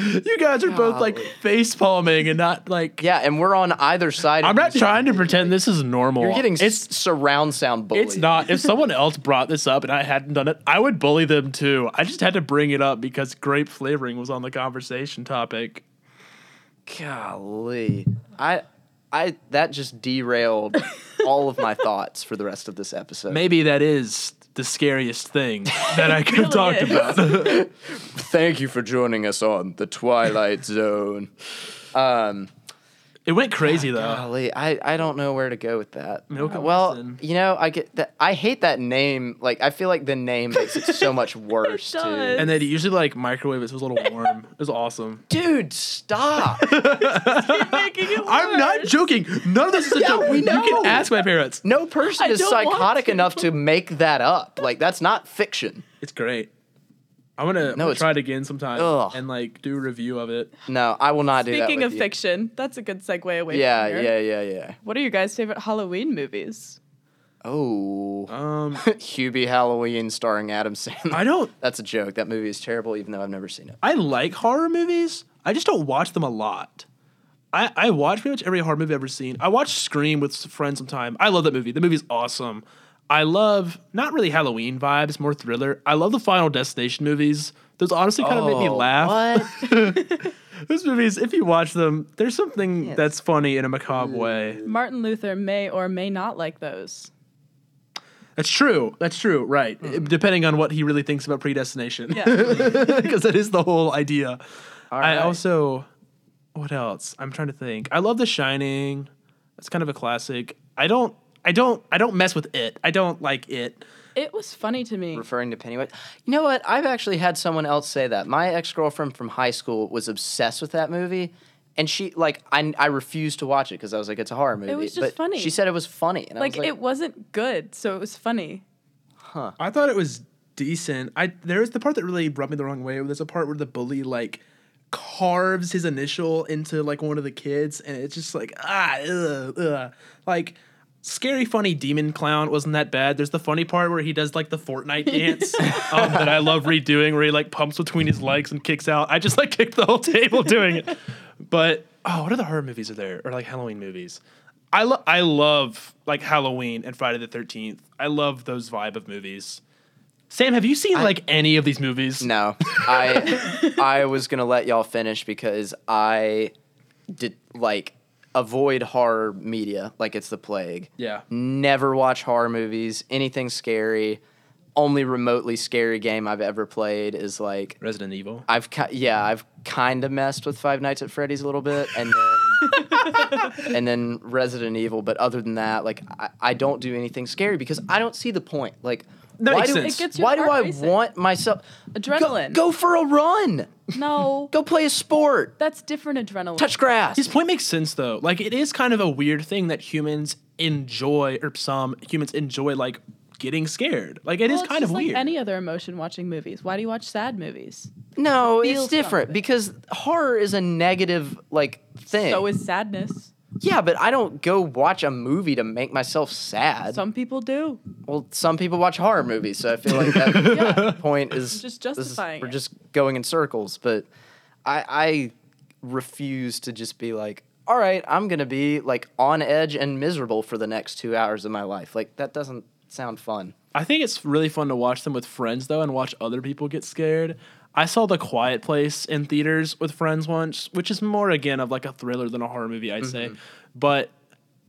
Speaker 2: You guys are both like
Speaker 1: Golly.
Speaker 2: face palming and not like.
Speaker 1: yeah, and we're on either side.
Speaker 2: I'm
Speaker 1: of
Speaker 2: not
Speaker 1: this.
Speaker 2: trying to pretend this is normal.
Speaker 1: You're getting
Speaker 2: it's
Speaker 1: s- surround sound bullied.
Speaker 2: It's not.
Speaker 1: (laughs)
Speaker 2: If someone else brought this up and I hadn't done it, I would bully them too. I just had to bring it up because grape flavoring was on the conversation topic.
Speaker 1: Golly, I, I that just
Speaker 2: (laughs)
Speaker 1: derailed all of my thoughts for the rest of this episode.
Speaker 2: Maybe that is the scariest thing
Speaker 1: (laughs)
Speaker 2: that I could have
Speaker 3: really
Speaker 2: talked
Speaker 3: is.
Speaker 2: about.
Speaker 1: Thank you for joining us on the Twilight Zone.
Speaker 2: It went crazy though.
Speaker 1: Golly, I, I don't know where to go with that.
Speaker 2: Uh, Milk and
Speaker 1: well,
Speaker 2: medicine.
Speaker 1: you know, I get that. I hate that name. Like, I feel like the name makes it so much worse. too.
Speaker 3: does.
Speaker 2: And they'd usually like microwave it so it was a little warm. It was awesome.
Speaker 1: Dude, stop.
Speaker 3: Making it
Speaker 2: (laughs) I'm not
Speaker 3: worse.
Speaker 2: joking. None of this is
Speaker 1: (laughs)
Speaker 2: a
Speaker 1: Yeah,
Speaker 2: joke.
Speaker 1: we
Speaker 2: You
Speaker 1: know.
Speaker 2: can ask my parents.
Speaker 1: No person
Speaker 3: I
Speaker 1: is
Speaker 3: don't want
Speaker 1: psychotic
Speaker 3: to.
Speaker 1: enough to make that up. Like, that's not fiction.
Speaker 2: It's great. I'm gonna, I'm gonna
Speaker 1: it's-
Speaker 2: try it again sometime
Speaker 1: Ugh.
Speaker 2: and like do a review of it.
Speaker 1: No, I will not do that.
Speaker 3: Speaking
Speaker 1: with
Speaker 3: of
Speaker 1: you.
Speaker 3: fiction, that's a good segue away
Speaker 1: Yeah,
Speaker 3: from
Speaker 1: yeah,
Speaker 3: here.
Speaker 1: yeah, yeah.
Speaker 3: What are your guys' favorite Halloween movies?
Speaker 1: Oh. (laughs)
Speaker 2: Um,
Speaker 1: Hubie Halloween starring Adam Sandler.
Speaker 2: I don't
Speaker 1: (laughs) That's a joke. That movie is terrible, even though I've never seen it.
Speaker 2: I like horror movies. I just don't watch them a lot. I, I watch pretty much every horror movie I've ever seen. I watch Scream with s- friends sometime. I love that movie. The movie's awesome. I love not really Halloween vibes, more thriller. I love the Final Destination movies. Those honestly kind of make me
Speaker 1: Oh,
Speaker 2: laugh.
Speaker 1: What?
Speaker 2: Those movies, if you watch them, there's something
Speaker 1: Yes. Mm.
Speaker 2: that's funny in a macabre way.
Speaker 3: Martin Luther may or may not like those.
Speaker 2: That's true. That's true. Right. Depending on what he really thinks about predestination. (laughs)
Speaker 3: Yeah.
Speaker 2: because that is the whole idea. I
Speaker 1: right.
Speaker 2: also, what else? I'm trying to think. I love The Shining. That's kind of a classic. I don't, I don't, I don't mess with it. I don't like it.
Speaker 3: it was funny to me.
Speaker 1: referring to Pennywise. You know what? I've actually had someone else say that. My ex girlfriend from high school was obsessed with that movie, and she like I I refused to watch it because I was like, it's a horror movie.
Speaker 3: was just
Speaker 1: but
Speaker 3: funny.
Speaker 1: She said it was funny, and
Speaker 3: Like,
Speaker 1: I was like,
Speaker 3: it wasn't good, so it
Speaker 1: (laughs)
Speaker 3: was funny.
Speaker 2: I thought it was decent. I there is the part that really rubbed me the wrong way. There's a part where the bully like carves his initial into like one of the kids, and it's just like ah, ugh, ugh. like Scary Funny Demon Clown wasn't that bad. There's the funny part where he does like the Fortnite dance um, that I love redoing, where he like pumps between his legs and kicks out. I just like kicked the whole table doing it. But oh, what other horror movies are there? Or like Halloween movies? I lo- I love like Halloween and Friday the Thirteenth. I love those vibe of movies. Sam, have you seen like any of these movies?
Speaker 1: (laughs) No,
Speaker 3: (laughs)
Speaker 1: I I was gonna let y'all finish because I did like avoid horror media like it's the plague.
Speaker 2: Yeah.
Speaker 1: Never watch horror movies. Anything scary. Only remotely scary game I've ever played is like
Speaker 2: Resident Evil.
Speaker 1: I've ki- yeah I've kind of messed with Five Nights at Freddy's a little bit and then
Speaker 3: (laughs)
Speaker 1: and then Resident Evil. But other than that, like I, I don't do anything scary because I don't see the point. Like
Speaker 2: That
Speaker 1: why
Speaker 2: makes
Speaker 1: do
Speaker 2: sense. It
Speaker 3: gets your
Speaker 1: why do
Speaker 3: heart
Speaker 1: I
Speaker 3: racing.
Speaker 1: want myself
Speaker 3: Adrenaline.
Speaker 1: Go, go for a run.
Speaker 3: No,
Speaker 1: Go play a sport.
Speaker 3: that's different adrenaline.
Speaker 1: Touch grass.
Speaker 2: His point makes sense though. Like it is kind of a weird thing that humans enjoy, or some humans enjoy like getting scared. Like it is
Speaker 3: Well, it's
Speaker 2: kind
Speaker 3: just
Speaker 2: of
Speaker 3: like
Speaker 2: weird.
Speaker 3: Any other emotion watching movies? Why do you watch sad movies?
Speaker 1: no,
Speaker 3: feel
Speaker 1: it's different
Speaker 3: something.
Speaker 1: because horror is a negative like thing.
Speaker 3: So is sadness.
Speaker 1: yeah, but I don't go watch a movie to make myself sad.
Speaker 3: Some people do.
Speaker 1: well, some people watch horror movies, so I feel like that
Speaker 3: (laughs) Yeah.
Speaker 1: point is
Speaker 3: Just
Speaker 1: this is-
Speaker 3: justifying
Speaker 1: we're
Speaker 3: it.
Speaker 1: just going in circles, but I I refuse to just be like, all right, I'm gonna be like on edge and miserable for the next two hours of my life. Like that doesn't sound
Speaker 3: (laughs)
Speaker 1: fun.
Speaker 2: I think it's really fun to watch them with friends though, and watch other people get scared. I saw The Quiet Place in theaters with friends once, which is more again of like a thriller than a horror movie, I'd say. But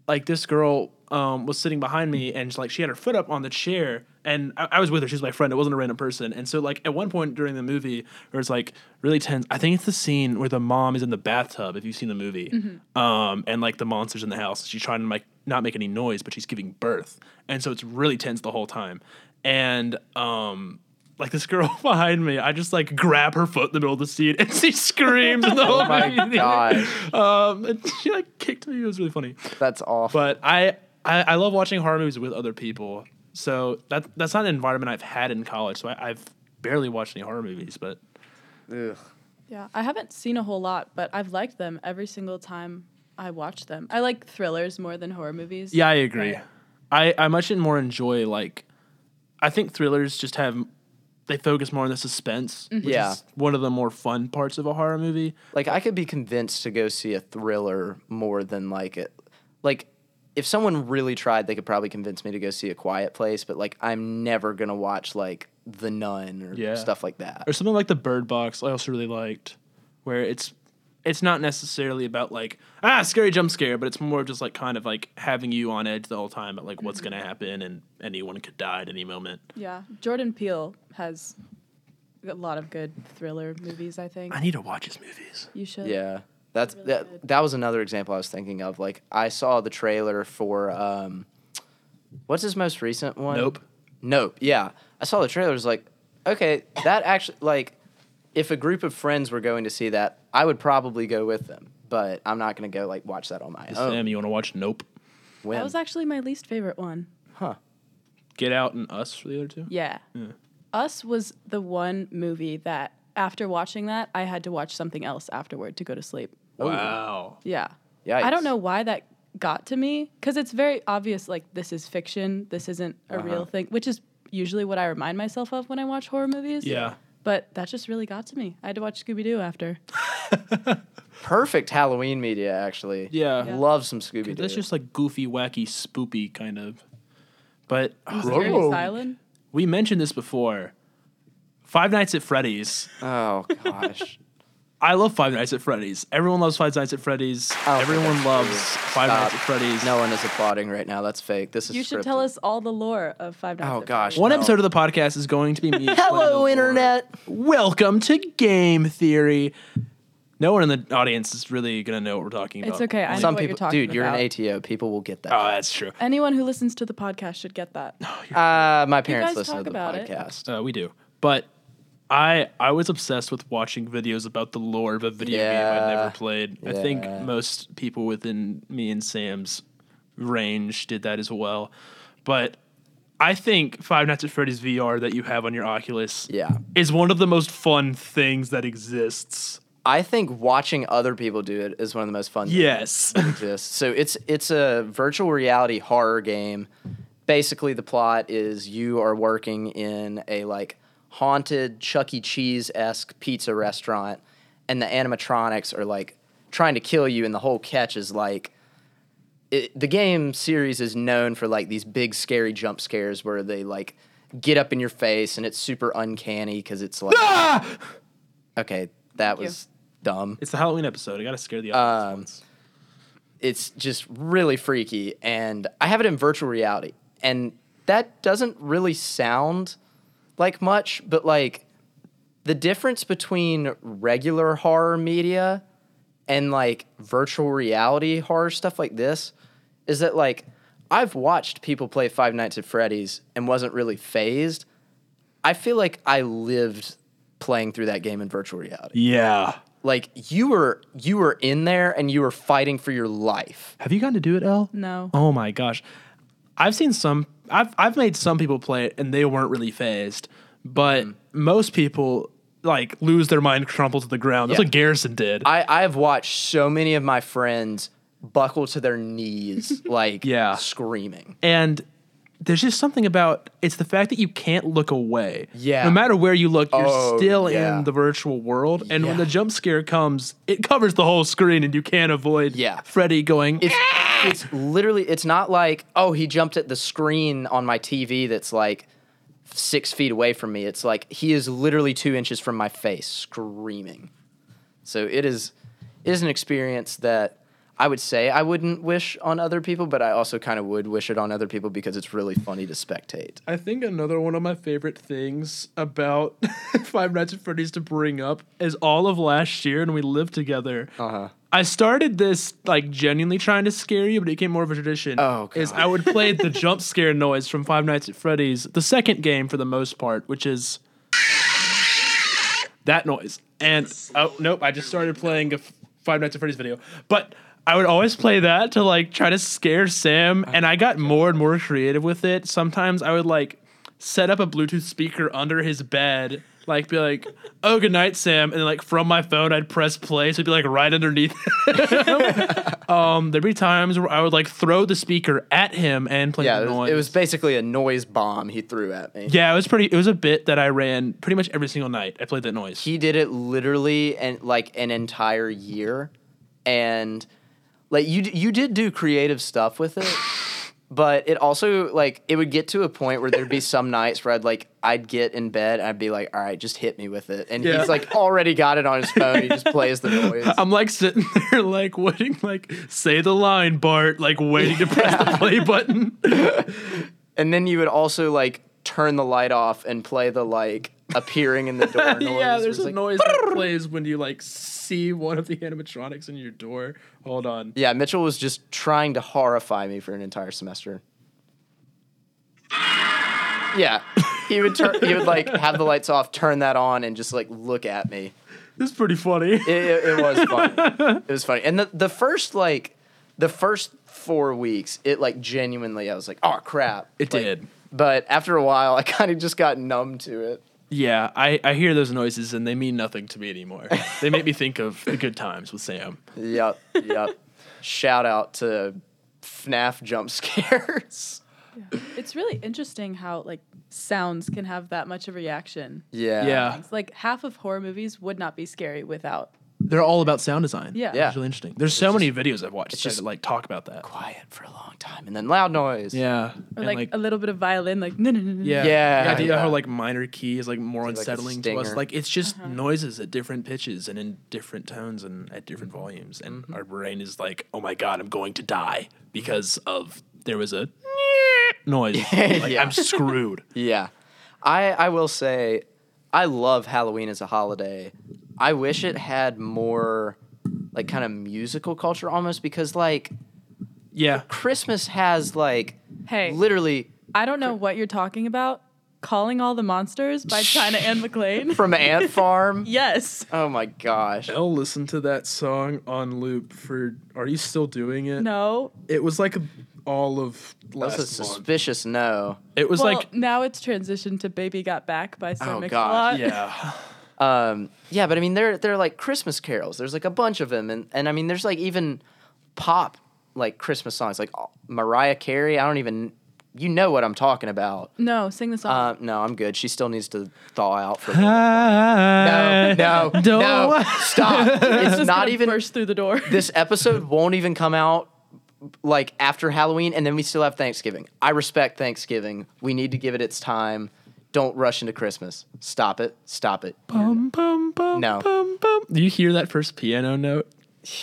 Speaker 2: like this girl um, was sitting behind me and like she had her foot up on the chair and I, I was with her she was my friend it wasn't a random person and so like at one point during the movie where it's like really tense i think it's the scene where the mom is in the bathtub if you've seen the movie um, and like the monsters in the house she's trying to like not make any noise but she's giving birth and so it's really tense the whole time and um like this girl (laughs) behind me, I just like grab her foot in the middle of the seat and she screams in
Speaker 1: (laughs)
Speaker 2: the whole
Speaker 1: Oh
Speaker 3: (laughs)
Speaker 1: my
Speaker 2: movie.
Speaker 1: gosh.
Speaker 2: Um, and she like kicked me. It was really funny.
Speaker 1: That's awful.
Speaker 2: But I, I I love watching horror movies with other people. So that that's not an environment I've had in college. So I, I've barely watched any horror movies. But
Speaker 1: Ugh.
Speaker 3: Yeah, I haven't seen a whole lot, but I've liked them every single time I watch them. I like thrillers more than horror movies.
Speaker 2: yeah, I agree. I I much more enjoy like I think thrillers just have they focus more on the suspense. Which
Speaker 1: Yeah.
Speaker 2: is one of the more fun parts of a horror movie.
Speaker 1: Like I could be convinced to go see a thriller more than like it. Like if someone really tried, they could probably convince me to go see a Quiet Place. But like I'm never gonna watch like The Nun or
Speaker 2: Yeah.
Speaker 1: stuff like that.
Speaker 2: or something like the Bird Box. I also really liked, where it's it's not necessarily about like ah scary jump scare, but it's more just like kind of like having you on edge the whole time about like what's gonna happen and anyone could die at any moment.
Speaker 3: Yeah. Jordan Peele has a lot of good thriller movies, I think.
Speaker 2: I need to watch his movies.
Speaker 3: You should.
Speaker 1: Yeah, that's that. That was another example I was thinking of. Like I saw the trailer for um, what's his most recent one?
Speaker 2: Nope.
Speaker 1: Nope. Yeah, I saw the trailer. I was like, okay, that actually like, if a group of friends were going to see that, I would probably go with them. But I'm not gonna go like watch that on my own.
Speaker 2: Sam, you want to watch Nope?
Speaker 1: When?
Speaker 3: That was actually my least favorite one.
Speaker 1: huh?
Speaker 2: Get Out and Us for the other two.
Speaker 3: Yeah. Us was the one movie that after watching that, I had to watch something else afterward to go to sleep.
Speaker 2: Wow.
Speaker 3: Yeah. I
Speaker 1: Yikes.
Speaker 3: don't know why that got to me because it's very obvious like this is fiction, this isn't a
Speaker 1: Uh-huh.
Speaker 3: real thing, which is usually what I remind myself of when I watch horror movies.
Speaker 2: Yeah.
Speaker 3: But that just really got to me. I had to watch Scooby Doo after.
Speaker 1: Perfect Halloween media, actually.
Speaker 2: Yeah.
Speaker 3: Yeah.
Speaker 1: Love some Scooby Doo.
Speaker 2: That's just like goofy, wacky, spoopy kind of. But oh,
Speaker 3: Scary
Speaker 1: Whoa.
Speaker 3: Asylum.
Speaker 2: we mentioned this before. Five Nights at Freddy's.
Speaker 1: Oh gosh.
Speaker 2: I love Five Nights at Freddy's. Everyone loves Five Nights at Freddy's.
Speaker 1: Oh,
Speaker 2: Everyone
Speaker 1: okay.
Speaker 2: loves Five
Speaker 1: Stop.
Speaker 2: Nights at Freddy's.
Speaker 1: no one is applauding right now. That's fake. This is.
Speaker 3: You should
Speaker 1: scripted.
Speaker 3: tell us all the lore of Five Nights.
Speaker 1: Oh
Speaker 3: at
Speaker 1: gosh.
Speaker 2: One
Speaker 1: no.
Speaker 2: episode of the podcast is
Speaker 1: (laughs)
Speaker 2: going to be me. explaining the
Speaker 1: Hello,
Speaker 2: lore.
Speaker 1: internet.
Speaker 2: Welcome to Game Theory. No one in the audience is really gonna know what we're talking
Speaker 3: Freddy's.
Speaker 2: about.
Speaker 3: It's okay. I know
Speaker 1: Some
Speaker 3: what
Speaker 1: people,
Speaker 3: you're talking
Speaker 1: dude, you're
Speaker 3: about.
Speaker 1: an ATO. People will get that.
Speaker 2: Oh, that's true.
Speaker 3: Anyone who listens to the podcast should
Speaker 1: (laughs)
Speaker 3: get that.
Speaker 1: Uh, my parents
Speaker 3: guys
Speaker 1: listen to
Speaker 3: talk
Speaker 1: the
Speaker 3: about it.
Speaker 1: podcast.
Speaker 2: Uh, we do, but I I was obsessed with watching videos about the lore of a video game I'd
Speaker 1: Yeah.
Speaker 2: never played. I think
Speaker 1: Yeah.
Speaker 2: most people within me and Sam's range did that as well, but. I think Five Nights at Freddy's VR that you have on your Oculus
Speaker 1: Yeah.
Speaker 2: is one of the most fun things that exists.
Speaker 1: I think watching other people do it is one of the most fun things
Speaker 2: Yes. (laughs)
Speaker 1: that exists. So it's it's a virtual reality horror game. Basically, the plot is you are working in a like haunted Chuck E. Cheese esque pizza restaurant, and the animatronics are like trying to kill you, and the whole catch is like. It, the game series is known for like these big scary jump scares where they like get up in your face and it's super uncanny because it's like okay that
Speaker 3: you.
Speaker 1: was dumb
Speaker 2: It's the Halloween episode. I gotta scare the audience
Speaker 1: Um,
Speaker 2: once.
Speaker 1: it's just really freaky and i have it in virtual reality and that doesn't really sound like much but like the difference between regular horror media and like virtual reality horror stuff like this is that like i've watched people play five nights at freddy's and wasn't really phased i feel like i lived playing through that game in virtual reality
Speaker 2: Yeah.
Speaker 1: like you were you were in there and you were fighting for your life
Speaker 2: Have you gotten to do it, L?
Speaker 3: No.
Speaker 2: Oh my gosh. I've seen some I've I've made some people play it and they weren't really phased, but
Speaker 1: Mm.
Speaker 2: most people like lose their mind, crumple to the ground. That's
Speaker 1: Yeah.
Speaker 2: what Garrison did.
Speaker 1: i i've watched so many of my friends buckle to their knees like
Speaker 2: Yeah.
Speaker 1: screaming
Speaker 2: and there's just something about it's the fact that you can't look away.
Speaker 1: Yeah.
Speaker 2: No matter where you look, you're
Speaker 1: Oh,
Speaker 2: still
Speaker 1: yeah.
Speaker 2: in the virtual world. And when
Speaker 1: Yeah.
Speaker 2: the jump scare comes, it covers the whole screen and you can't avoid
Speaker 1: Yeah.
Speaker 2: Freddy going
Speaker 1: it's, it's literally it's not like oh he jumped at the screen on my tv that's like six feet away from me it's like he is literally two inches from my face screaming so it is it is an experience that i would say i wouldn't wish on other people but i also kind of would wish it on other people because it's really funny to spectate
Speaker 2: I think another one of my favorite things about (laughs) Five Nights at Freddy's to bring up is all of last year and we lived together. Uh-huh. I started this like genuinely trying to scare you, but it became more of a tradition.
Speaker 1: Oh,
Speaker 2: is
Speaker 1: God.
Speaker 2: I would play
Speaker 1: (laughs)
Speaker 2: the jump scare noise from Five Nights at Freddy's, the second game for the most part, which is that noise. And oh nope, I just started playing a F- Five Nights at Freddy's video, but I would always play that to like try to scare Sam, and I got more and more creative with it. Sometimes I would like set up a Bluetooth speaker under his bed, like be like, "Oh, good night, Sam," and then, like from my phone I'd press play, so it'd be like right underneath. (laughs) um, there'd be times where I would like throw the speaker at him and play
Speaker 1: Yeah,
Speaker 2: the
Speaker 1: it was,
Speaker 2: noise.
Speaker 1: it was basically a noise bomb he threw at me.
Speaker 2: yeah, it was pretty. It was a bit that I ran pretty much every single night. I played that noise.
Speaker 1: He did it literally and like an entire year, and like you d- you did do creative stuff with it, but it also like it would get to a point where
Speaker 2: (laughs)
Speaker 1: there'd be some nights where I'd like I'd get in bed and I'd be like, all right, just hit me with it, and
Speaker 2: Yeah.
Speaker 1: he's like already got it on his phone. He just plays
Speaker 2: (laughs)
Speaker 1: the noise.
Speaker 2: I'm like sitting (laughs) there, like waiting, like say the line, Bart, like waiting to press the play button. (laughs)
Speaker 1: and then you would also like turn the light off and play the like appearing in the door noise.
Speaker 2: (laughs) yeah,
Speaker 1: where
Speaker 2: there's
Speaker 1: it's
Speaker 2: a
Speaker 1: like,
Speaker 2: noise that plays when you like see one of the animatronics in your door. Hold on.
Speaker 1: Yeah, Mitchell was just trying to horrify me for an entire semester. Yeah, he would turn. He would like have the lights off, turn that on, and just like look at me.
Speaker 2: This is pretty funny. (laughs)
Speaker 1: It, it, it was funny. It was funny. And the the first like the first four weeks, it like genuinely, I was like, oh crap.
Speaker 2: It
Speaker 1: Like,
Speaker 2: did.
Speaker 1: But after a while, I kind of just got numb to it.
Speaker 2: Yeah, I, I hear those noises and they mean nothing to
Speaker 1: (laughs)
Speaker 2: me anymore. They make me think of the good times with Sam.
Speaker 1: Yep. Yep. Shout out to FNAF jump scares. (laughs)
Speaker 3: It's really interesting how like sounds can have that much of a reaction.
Speaker 1: Yeah.
Speaker 2: Yeah,
Speaker 3: It's Like half of horror movies would not be scary without.
Speaker 2: they're all about sound design.
Speaker 3: Yeah.
Speaker 1: Yeah.
Speaker 2: it's really interesting. There's so many videos I've watched
Speaker 1: just-
Speaker 2: that like talk about that.
Speaker 1: Quiet for a long time, and then loud noise.
Speaker 2: Yeah,
Speaker 3: Or like, a little bit of violin, like (laughs) no, no, no, no.
Speaker 2: Yeah.
Speaker 1: Yeah,
Speaker 2: The idea
Speaker 1: yeah.
Speaker 2: how like minor key is like more
Speaker 1: like, a
Speaker 2: unsettling to us.
Speaker 1: stinger.
Speaker 2: Like it's just
Speaker 3: Uh-huh.
Speaker 2: noises at different pitches and in different tones and at different volumes. And
Speaker 1: Mm-hmm.
Speaker 2: our brain is like, oh my God, I'm going to die because of there was a (laughs) noise.
Speaker 1: (laughs)
Speaker 2: Like
Speaker 1: Yeah.
Speaker 2: I'm screwed.
Speaker 1: Yeah. I I will say I love Halloween as a holiday. I wish it had more like kind of musical culture almost because like
Speaker 2: yeah.
Speaker 1: Christmas has like
Speaker 3: Hey,
Speaker 1: literally
Speaker 3: I don't know what you're talking about. Calling all the
Speaker 1: (laughs)
Speaker 3: monsters by China and McLean.
Speaker 1: from Ant Farm.
Speaker 3: Yes.
Speaker 1: Oh my gosh.
Speaker 2: I'll listen to that song on loop for are you still doing it?
Speaker 3: No.
Speaker 2: It was like all of
Speaker 1: That's a suspicious no.
Speaker 2: It was
Speaker 3: Well,
Speaker 2: like
Speaker 3: now it's transitioned to "Baby Got Back" by Sam
Speaker 1: Oh, God,
Speaker 3: Mix-a-Lot.
Speaker 2: yeah.
Speaker 1: Um, yeah, but I mean, they're they're like Christmas carols. There's like a bunch of them, and and I mean, there's like even pop like Christmas songs, like uh, Mariah Carey. I don't even you know what I'm talking about.
Speaker 3: No, sing the song.
Speaker 1: Uh, no, I'm good. She still needs to thaw out for.
Speaker 2: (laughs) No,
Speaker 1: No, no,
Speaker 2: (laughs)
Speaker 1: no! Stop! It's
Speaker 3: Just
Speaker 1: not
Speaker 3: gonna
Speaker 1: even
Speaker 3: burst through the door.
Speaker 1: this episode won't even come out like after Halloween, and then we still have Thanksgiving. I respect Thanksgiving. We need to give it its time. Don't rush into Christmas. Stop it. Stop it.
Speaker 2: Bum, bum, bum,
Speaker 1: No.
Speaker 2: bum, bum. Do you hear that first piano note?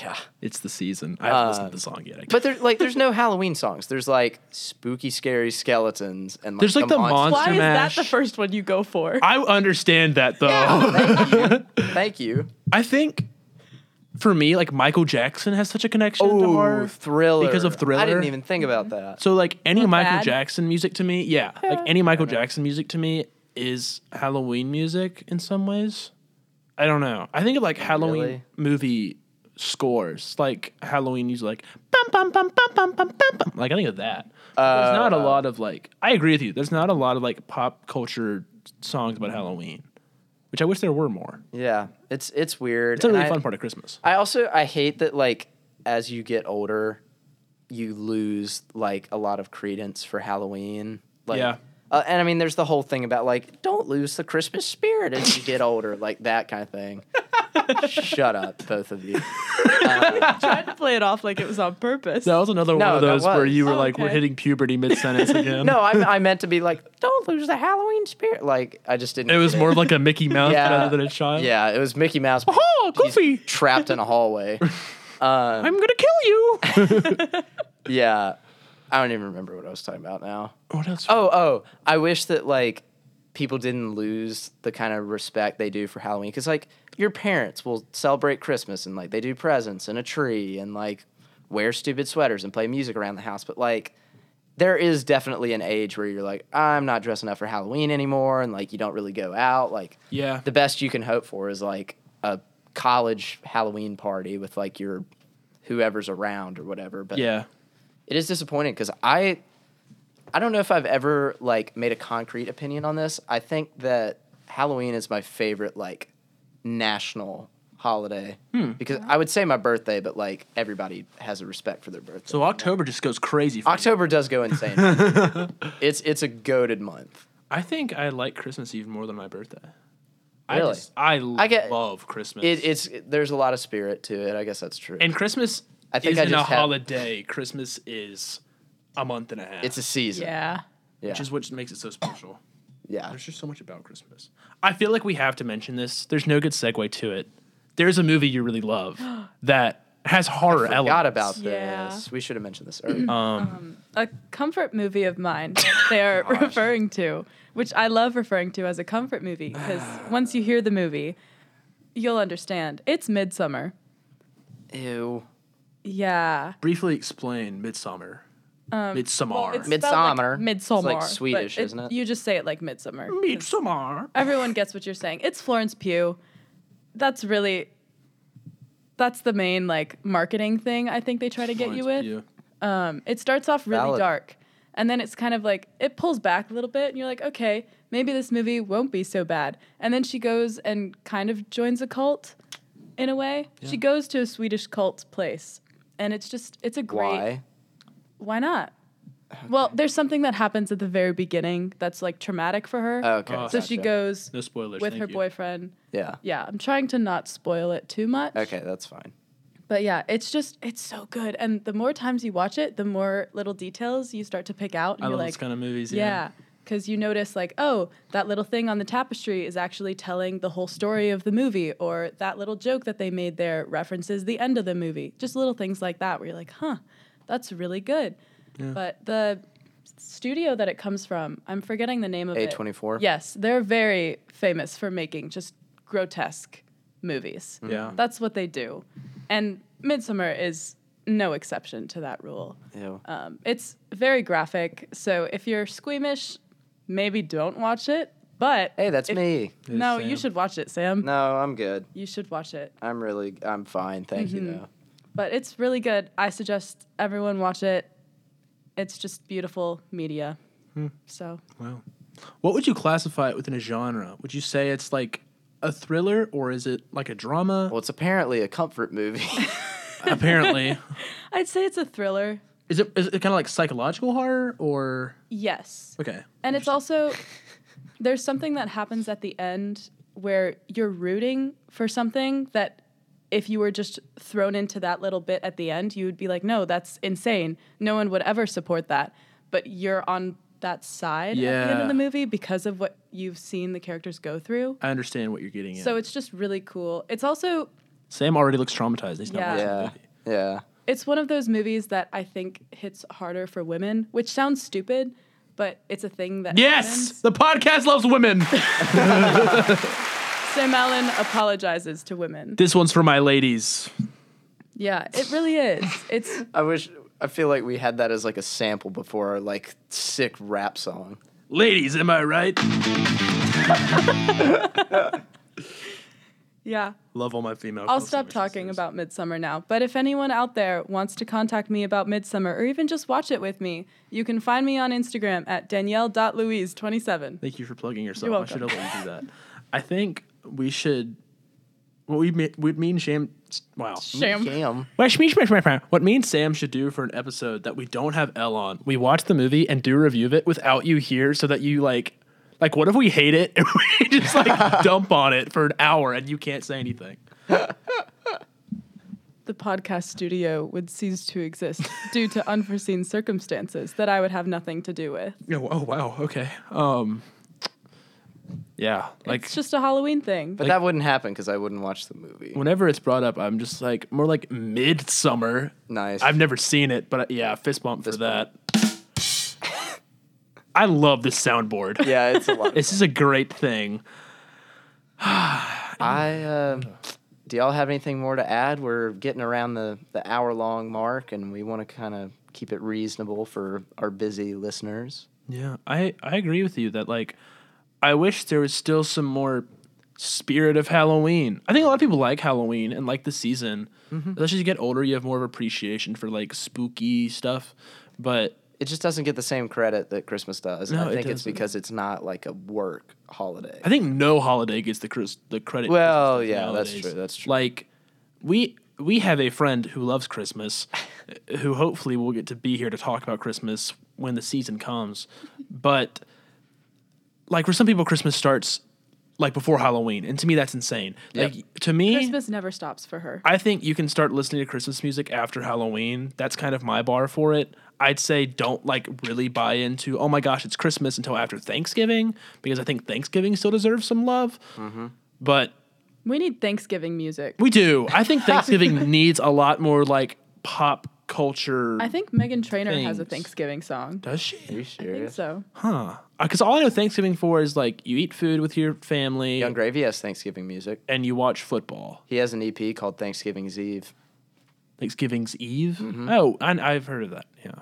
Speaker 1: Yeah.
Speaker 2: It's the season. I haven't listened to the song yet.
Speaker 1: But there, like, there's no Halloween songs. There's like spooky, scary skeletons, and like,
Speaker 2: There's, like, the
Speaker 1: monster.
Speaker 2: monster-
Speaker 3: (laughs) Why is that
Speaker 2: Smash.
Speaker 3: the first one you
Speaker 1: (laughs)
Speaker 3: go for?
Speaker 2: I understand that though.
Speaker 1: Thank you.
Speaker 2: (laughs) I think for me, like Michael Jackson has such a connection to
Speaker 1: Oh,
Speaker 2: horror.
Speaker 1: thriller.
Speaker 2: Because of
Speaker 1: I
Speaker 2: Thriller?
Speaker 1: didn't even think about that.
Speaker 2: So like any
Speaker 3: Not
Speaker 2: Michael
Speaker 3: bad.
Speaker 2: Jackson music to me, yeah, like any Michael Jackson music to me is Halloween music in some ways. I don't know. I think of like Halloween
Speaker 1: Really?
Speaker 2: movie scores, like Halloween music, like bum bum bum bum bum bum bum bum. Like I think of that. there's
Speaker 1: Uh,
Speaker 2: not a lot of like. I agree with you. There's not a lot of like pop culture songs about Halloween, which I wish there were more.
Speaker 1: Yeah, it's it's weird.
Speaker 2: It's a
Speaker 1: and
Speaker 2: really
Speaker 1: I-
Speaker 2: fun part of Christmas.
Speaker 1: I also I hate that like as you get older, you lose like a lot of credence for Halloween. Like,
Speaker 2: Yeah.
Speaker 1: uh, and I mean, there's the whole thing about like don't lose the Christmas spirit as you get older, like that kind of
Speaker 2: (laughs)
Speaker 1: thing. Shut up, both of you.
Speaker 3: tried to play it off like it was on purpose.
Speaker 2: That was another
Speaker 1: No,
Speaker 2: one of
Speaker 1: that
Speaker 2: those where
Speaker 1: was.
Speaker 2: you were
Speaker 3: Oh,
Speaker 2: like, "We're
Speaker 3: okay.
Speaker 2: hitting puberty mid
Speaker 1: (laughs)
Speaker 2: sentence again."
Speaker 1: No, I, I meant to be like, don't lose the Halloween spirit. Like, I just didn't.
Speaker 2: it was more of like a Mickey Mouse
Speaker 1: Yeah.
Speaker 2: rather than a child.
Speaker 1: yeah, it was Mickey Mouse.
Speaker 2: Oh,
Speaker 1: He's trapped in a
Speaker 2: (laughs)
Speaker 1: hallway.
Speaker 2: I'm gonna kill you.
Speaker 1: Yeah, I don't even remember what I was talking about now.
Speaker 2: (laughs) what else?
Speaker 1: Oh, oh, I wish that like people didn't lose the kind of respect they do for Halloween cuz like your parents will celebrate Christmas and like they do presents and a tree and like wear stupid sweaters and play music around the house, but like there is definitely an age where you're like I'm not dressing up for Halloween anymore and like you don't really go out like
Speaker 2: yeah.
Speaker 1: the best you can hope for is like a college Halloween party with like your whoever's around or whatever but
Speaker 2: yeah.
Speaker 1: it is disappointing because I, I don't know if I've ever like made a concrete opinion on this. I think that Halloween is my favorite like national holiday
Speaker 2: Hmm.
Speaker 1: because I would say my birthday, but like everybody has a respect for their birthday.
Speaker 2: So October just goes crazy. For me.
Speaker 1: October does go
Speaker 2: (laughs)
Speaker 1: insane. it's it's a goaded month.
Speaker 2: I think I like Christmas even more than my birthday. I
Speaker 1: Really?
Speaker 2: just, I,
Speaker 1: get-
Speaker 2: love Christmas.
Speaker 1: It, it's there's a lot of spirit to it. I guess that's true.
Speaker 2: and Christmas
Speaker 1: I think I
Speaker 2: isn't a
Speaker 1: just had-
Speaker 2: holiday. Christmas is a month and a half.
Speaker 1: it's a season.
Speaker 3: yeah.
Speaker 1: Yeah.
Speaker 2: which is what makes it
Speaker 1: (coughs)
Speaker 2: so special.
Speaker 1: yeah.
Speaker 2: There's just so much about Christmas. I feel like we have to mention this. There's no good segue to it. There's a movie you really
Speaker 1: (gasps)
Speaker 2: love that has horror
Speaker 1: Forgot
Speaker 2: elements. Um,
Speaker 1: about this.
Speaker 3: Yeah.
Speaker 1: We should have mentioned
Speaker 2: (clears throat)
Speaker 1: this earlier.
Speaker 3: A comfort movie
Speaker 1: (laughs)
Speaker 3: of mine that they are referring to, which I love referring to as a comfort movie because
Speaker 1: (sighs)
Speaker 3: once you hear the movie, you'll understand. It's Midsummer.
Speaker 1: Ew.
Speaker 3: Yeah.
Speaker 2: Briefly explain Midsummer. Midsummer.
Speaker 3: it's
Speaker 1: Midsummer.
Speaker 3: spelled like
Speaker 1: It's
Speaker 3: Midsummer.
Speaker 1: like
Speaker 3: but
Speaker 1: Swedish, isn't it?
Speaker 3: You just say it like Midsummer.
Speaker 2: Midsummer.
Speaker 3: Everyone gets what you're saying. It's Florence Pugh. That's really that's the main like marketing thing I think they try to get you with. Um, it starts off really
Speaker 1: Valid.
Speaker 3: dark, and then it's kind of like it pulls back a little bit, and you're like, okay, maybe this movie won't be so bad. And then she goes and kind of joins a cult, in a way. She goes to a Swedish cult place, and it's just it's a great.
Speaker 1: Why?
Speaker 3: Why not? Well, there's something that happens at the very beginning that's like traumatic for her.
Speaker 1: Okay.
Speaker 2: Oh,
Speaker 3: so she
Speaker 1: gotcha.
Speaker 3: goes
Speaker 2: No spoilers.
Speaker 3: with
Speaker 2: thank
Speaker 3: her
Speaker 2: you.
Speaker 3: boyfriend.
Speaker 1: Yeah.
Speaker 3: Yeah, I'm trying to not spoil it too much.
Speaker 1: Okay, that's fine.
Speaker 3: But yeah, it's just it's so good, and the more times you watch it, the more little details you start to pick out. And
Speaker 2: I
Speaker 3: you're
Speaker 2: love
Speaker 3: like,
Speaker 2: those kind of movies.
Speaker 3: yeah, because you notice like, oh, that little thing on the tapestry is actually telling the whole story of the movie, or that little joke that they made there references the end of the movie. Just little things like that where you're like, huh, that's really good. But the studio that it comes from, I'm forgetting the name of it.
Speaker 1: A24?
Speaker 3: Yes, they're very famous for making just grotesque movies.
Speaker 2: Yeah.
Speaker 3: That's what they do. And Midsummer is no exception to that rule.
Speaker 1: Ew.
Speaker 3: Um, it's very graphic, so if you're squeamish, maybe don't watch it. But
Speaker 1: Hey, that's
Speaker 3: if-
Speaker 1: me.
Speaker 3: No,
Speaker 2: Sam.
Speaker 3: you should watch it, Sam.
Speaker 1: No, I'm good.
Speaker 3: You should watch it.
Speaker 1: I'm really, I'm fine. Thank you, though.
Speaker 3: But it's really good. I suggest everyone watch it. It's just beautiful media. So
Speaker 1: Hmm.
Speaker 2: Wow. What would you classify it within a genre? Would you say it's like a a thriller or is it like
Speaker 1: (laughs)
Speaker 2: a drama?
Speaker 1: Well, it's apparently a comfort (laughs) movie.
Speaker 2: Apparently,
Speaker 3: I'd say it's a thriller.
Speaker 2: is it is it kind of like psychological horror or
Speaker 3: Yes.
Speaker 2: okay?
Speaker 3: And it's also there's something that happens at the end where you're rooting for something that if you were just thrown into that little bit at the end, you would be like, "No, that's insane. No one would ever support that." But you're on that side at the end
Speaker 2: Yeah.
Speaker 3: of the movie because of what you've seen the characters go through.
Speaker 2: I understand what you're getting at.
Speaker 3: So it's just really cool. It's also
Speaker 2: Sam already looks traumatized. He's not
Speaker 3: Yeah.
Speaker 2: watching the
Speaker 1: yeah,
Speaker 2: movie.
Speaker 1: yeah.
Speaker 3: it's one of those movies that I think hits harder for women, which sounds stupid, but it's a thing that happens.
Speaker 2: Yes, the podcast loves women.
Speaker 3: Sam Allen apologizes to women.
Speaker 2: this one's for my ladies.
Speaker 3: Yeah, it really is. It's
Speaker 1: I wish. I feel like we had that as like a sample before our like sick rap song.
Speaker 2: Ladies, am I right?
Speaker 3: (laughs) yeah.
Speaker 2: Love all my female.
Speaker 3: I'll
Speaker 2: co-stars.
Speaker 3: stop talking about Midsummer now. But if anyone out there wants to contact me about Midsummer or even just watch it with me, you can find me on Instagram at danielle.louise27.
Speaker 2: Thank you for plugging yourself.
Speaker 3: You're
Speaker 2: I should have let you do (laughs) that. I think we should. What we me- would mean Sam. Wow.
Speaker 3: Sham.
Speaker 1: Damn.
Speaker 2: What sh- sh- sh- sh- what me and Sam should do for an episode that we don't have L on, we watch the movie and do a review of it without you here, so that you like, like, what if we hate it and (laughs) we just (laughs) like dump on it for an hour and you can't say anything?
Speaker 3: The podcast studio would cease to exist due to unforeseen circumstances that I would have nothing to do with.
Speaker 2: Oh, oh wow, okay. Um, yeah, like
Speaker 3: it's just a Halloween thing.
Speaker 1: But that wouldn't happen because I wouldn't watch the movie.
Speaker 2: whenever it's brought up, I'm just like more like midsummer.
Speaker 1: Nice.
Speaker 2: I've never seen it, but uh, yeah, fist bump for
Speaker 1: Fist
Speaker 2: that.
Speaker 1: bump.
Speaker 2: I love this soundboard.
Speaker 1: (laughs) yeah, it's a (laughs) lot.
Speaker 2: This is a great thing.
Speaker 1: I. Uh, do y'all have anything more to add? We're getting around the the hour long mark, and we want to kind of keep it reasonable for our busy listeners.
Speaker 2: Yeah, I I agree with you that like I wish there was still some more spirit of Halloween. I think a lot of people like Halloween and like the season.
Speaker 1: Mm-hmm.
Speaker 2: Especially as you get older, you have more of appreciation for like spooky stuff. But
Speaker 1: It just doesn't get the same credit that Christmas does. and
Speaker 2: No,
Speaker 1: I
Speaker 2: it
Speaker 1: think it's
Speaker 2: doesn't.
Speaker 1: because it's not like a work holiday.
Speaker 2: I think no holiday gets the cris- the credit.
Speaker 1: Well,
Speaker 2: Christmas
Speaker 1: yeah, that's
Speaker 2: nowadays.
Speaker 1: true, that's true.
Speaker 2: Like we we have a friend who loves Christmas, (laughs) who hopefully will get to be here to talk about Christmas when the season comes. But like for some people, Christmas starts like before Halloween, and to me, that's insane.
Speaker 1: Yep.
Speaker 2: Like to me,
Speaker 3: Christmas never stops for her.
Speaker 2: I think you can start listening to Christmas music after Halloween. That's kind of my bar for it. I'd say don't like really buy into, oh my gosh, it's Christmas until after Thanksgiving, because I think Thanksgiving still deserves some love. But
Speaker 3: We need Thanksgiving music.
Speaker 2: we do. I think Thanksgiving needs a lot more like pop culture.
Speaker 3: I think Megan Trainor has a
Speaker 2: Things.
Speaker 3: Thanksgiving song.
Speaker 2: Does
Speaker 1: Are
Speaker 2: she?
Speaker 1: you
Speaker 3: I think
Speaker 1: serious?
Speaker 3: so.
Speaker 2: Huh. Because all I know Thanksgiving for is like you eat food with your family
Speaker 1: Young Gravy has Thanksgiving music.
Speaker 2: and you watch football.
Speaker 1: He has an EP called Thanksgiving's Eve.
Speaker 2: Thanksgiving's Eve. Oh, and I've heard of that. Yeah,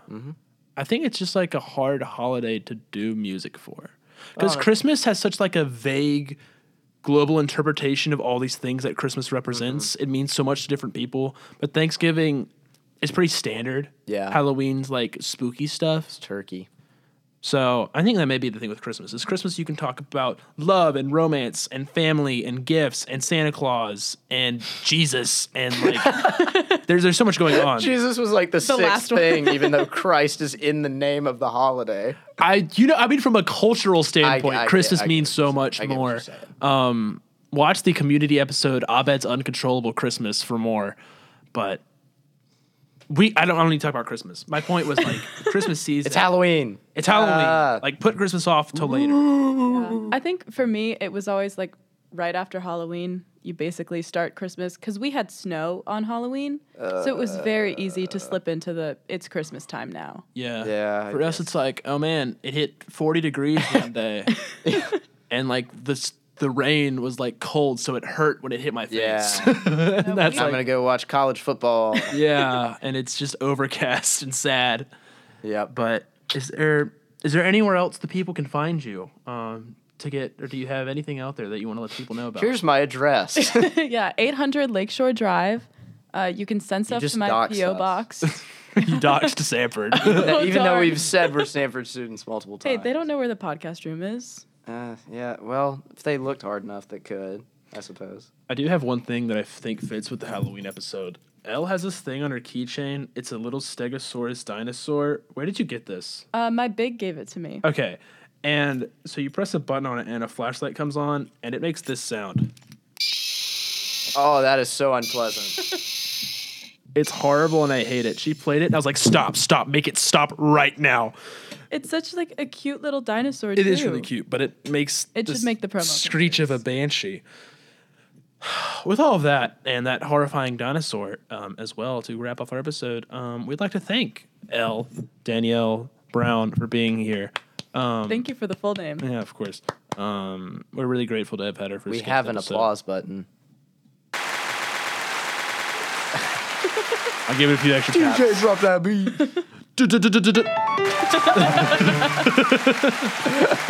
Speaker 2: I think it's just like a hard holiday to do music for, because Christmas has such like a vague global interpretation of all these things that Christmas represents. It means so much to different people, but Thanksgiving is pretty standard.
Speaker 1: Yeah.
Speaker 2: Halloween's like spooky stuff. (laughs)
Speaker 1: Turkey.
Speaker 2: So I think that may be the thing with Christmas. Is Christmas you can talk about love and romance and family and gifts and Santa Claus and Jesus and like there's there's so much going on.
Speaker 1: Jesus was like the, sixth
Speaker 3: last one.
Speaker 1: thing, even
Speaker 2: (laughs)
Speaker 1: though Christ is in the name of the holiday.
Speaker 2: I you know I mean from a cultural standpoint,
Speaker 1: I get-
Speaker 2: Christmas
Speaker 1: I get
Speaker 2: means
Speaker 1: what
Speaker 2: so
Speaker 1: you're
Speaker 2: much
Speaker 1: saying. I get what
Speaker 2: more.
Speaker 1: you're saying.
Speaker 2: Um, watch the community episode Abed's uncontrollable Christmas for more, but we I don't I don't need to talk about Christmas. My point
Speaker 1: (laughs)
Speaker 2: was like Christmas season.
Speaker 1: It's Halloween.
Speaker 2: It's Halloween.
Speaker 1: Ah.
Speaker 2: like put Christmas off till later.
Speaker 3: I think for me, it was always like right after Halloween, you basically start Christmas because we had snow on Halloween. so it was very easy to slip into the it's Christmas time now.
Speaker 2: Yeah.
Speaker 1: Yeah, I
Speaker 2: For us, it's like oh man, it hit forty degrees
Speaker 1: (laughs)
Speaker 2: one day, and like this the rain was like cold, so it hurt when it hit my face.
Speaker 1: Yeah.
Speaker 2: And (laughs) that's
Speaker 1: I'm
Speaker 2: like,
Speaker 1: gonna go watch college football.
Speaker 2: (laughs) yeah, and it's just overcast and sad.
Speaker 1: yep.
Speaker 2: but is there is there anywhere else the people can find you um, to get or do you have anything out there that you want to let people know
Speaker 1: (laughs)
Speaker 2: about
Speaker 1: Here's my
Speaker 2: (laughs)
Speaker 1: address.
Speaker 3: (laughs) yeah, 800 Lakeshore Drive. Uh, you can send stuff
Speaker 1: just
Speaker 3: to my
Speaker 1: doxed
Speaker 3: PO
Speaker 1: us.
Speaker 3: box.
Speaker 2: you doxed sanford
Speaker 1: Now, even though
Speaker 3: darn.
Speaker 1: we've said we're Stanford students multiple times.
Speaker 3: hey, they don't know where the podcast room is.
Speaker 1: Uh, yeah. Well, if they looked hard enough, they could. I suppose.
Speaker 2: (laughs) I do have one thing that I think fits with the Halloween episode. Elle has this thing on her keychain. It's a little Stegosaurus dinosaur. Where did you get this?
Speaker 3: Uh, my big gave it to me.
Speaker 2: Okay. And so you press a button on it, and a flashlight comes on, and it makes this sound.
Speaker 1: Oh, that is so unpleasant.
Speaker 2: It's horrible, and I hate it. She played it, and I was like, "Stop! Stop! Make it stop right now!"
Speaker 3: It's such like a cute little dinosaur.
Speaker 2: It is really cute, but it makes
Speaker 3: It should
Speaker 2: this
Speaker 3: make the promo
Speaker 2: screech of a banshee. (sighs) With all of that and that horrifying dinosaur um, as well, to wrap up our episode, um, we'd like to thank Elle Danielle Brown for being here.
Speaker 3: Thank you for the full name.
Speaker 2: Yeah, of course. Um, we're really grateful to have had her for.
Speaker 1: we
Speaker 2: this
Speaker 1: have an
Speaker 2: episode.
Speaker 1: applause (laughs) button.
Speaker 2: I'll give it a few extra taps.
Speaker 1: drop that beat.
Speaker 2: (laughs)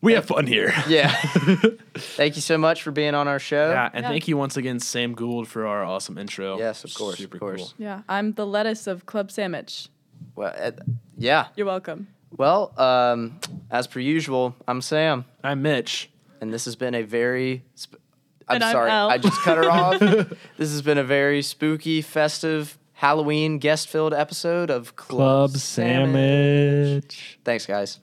Speaker 2: we have fun here.
Speaker 1: (laughs) Yeah. Thank you so much for being on our show.
Speaker 2: Yeah, and
Speaker 3: Yeah.
Speaker 2: thank you once again, Sam Gould, for our awesome intro.
Speaker 1: Yes, of course, of course.
Speaker 3: Yeah, I'm the lettuce of Club Sandwich.
Speaker 1: Well, uh, yeah.
Speaker 3: You're welcome.
Speaker 1: Well, um, as per usual, I'm Sam,
Speaker 2: I'm Mitch.
Speaker 1: and this has been a very. Sp- I'm
Speaker 3: And I'm
Speaker 1: sorry,
Speaker 3: Elle.
Speaker 1: I just cut her (laughs) off. This has been a very spooky, festive, Halloween guest-filled episode of Club,
Speaker 2: Club sandwich.
Speaker 1: Thanks, guys.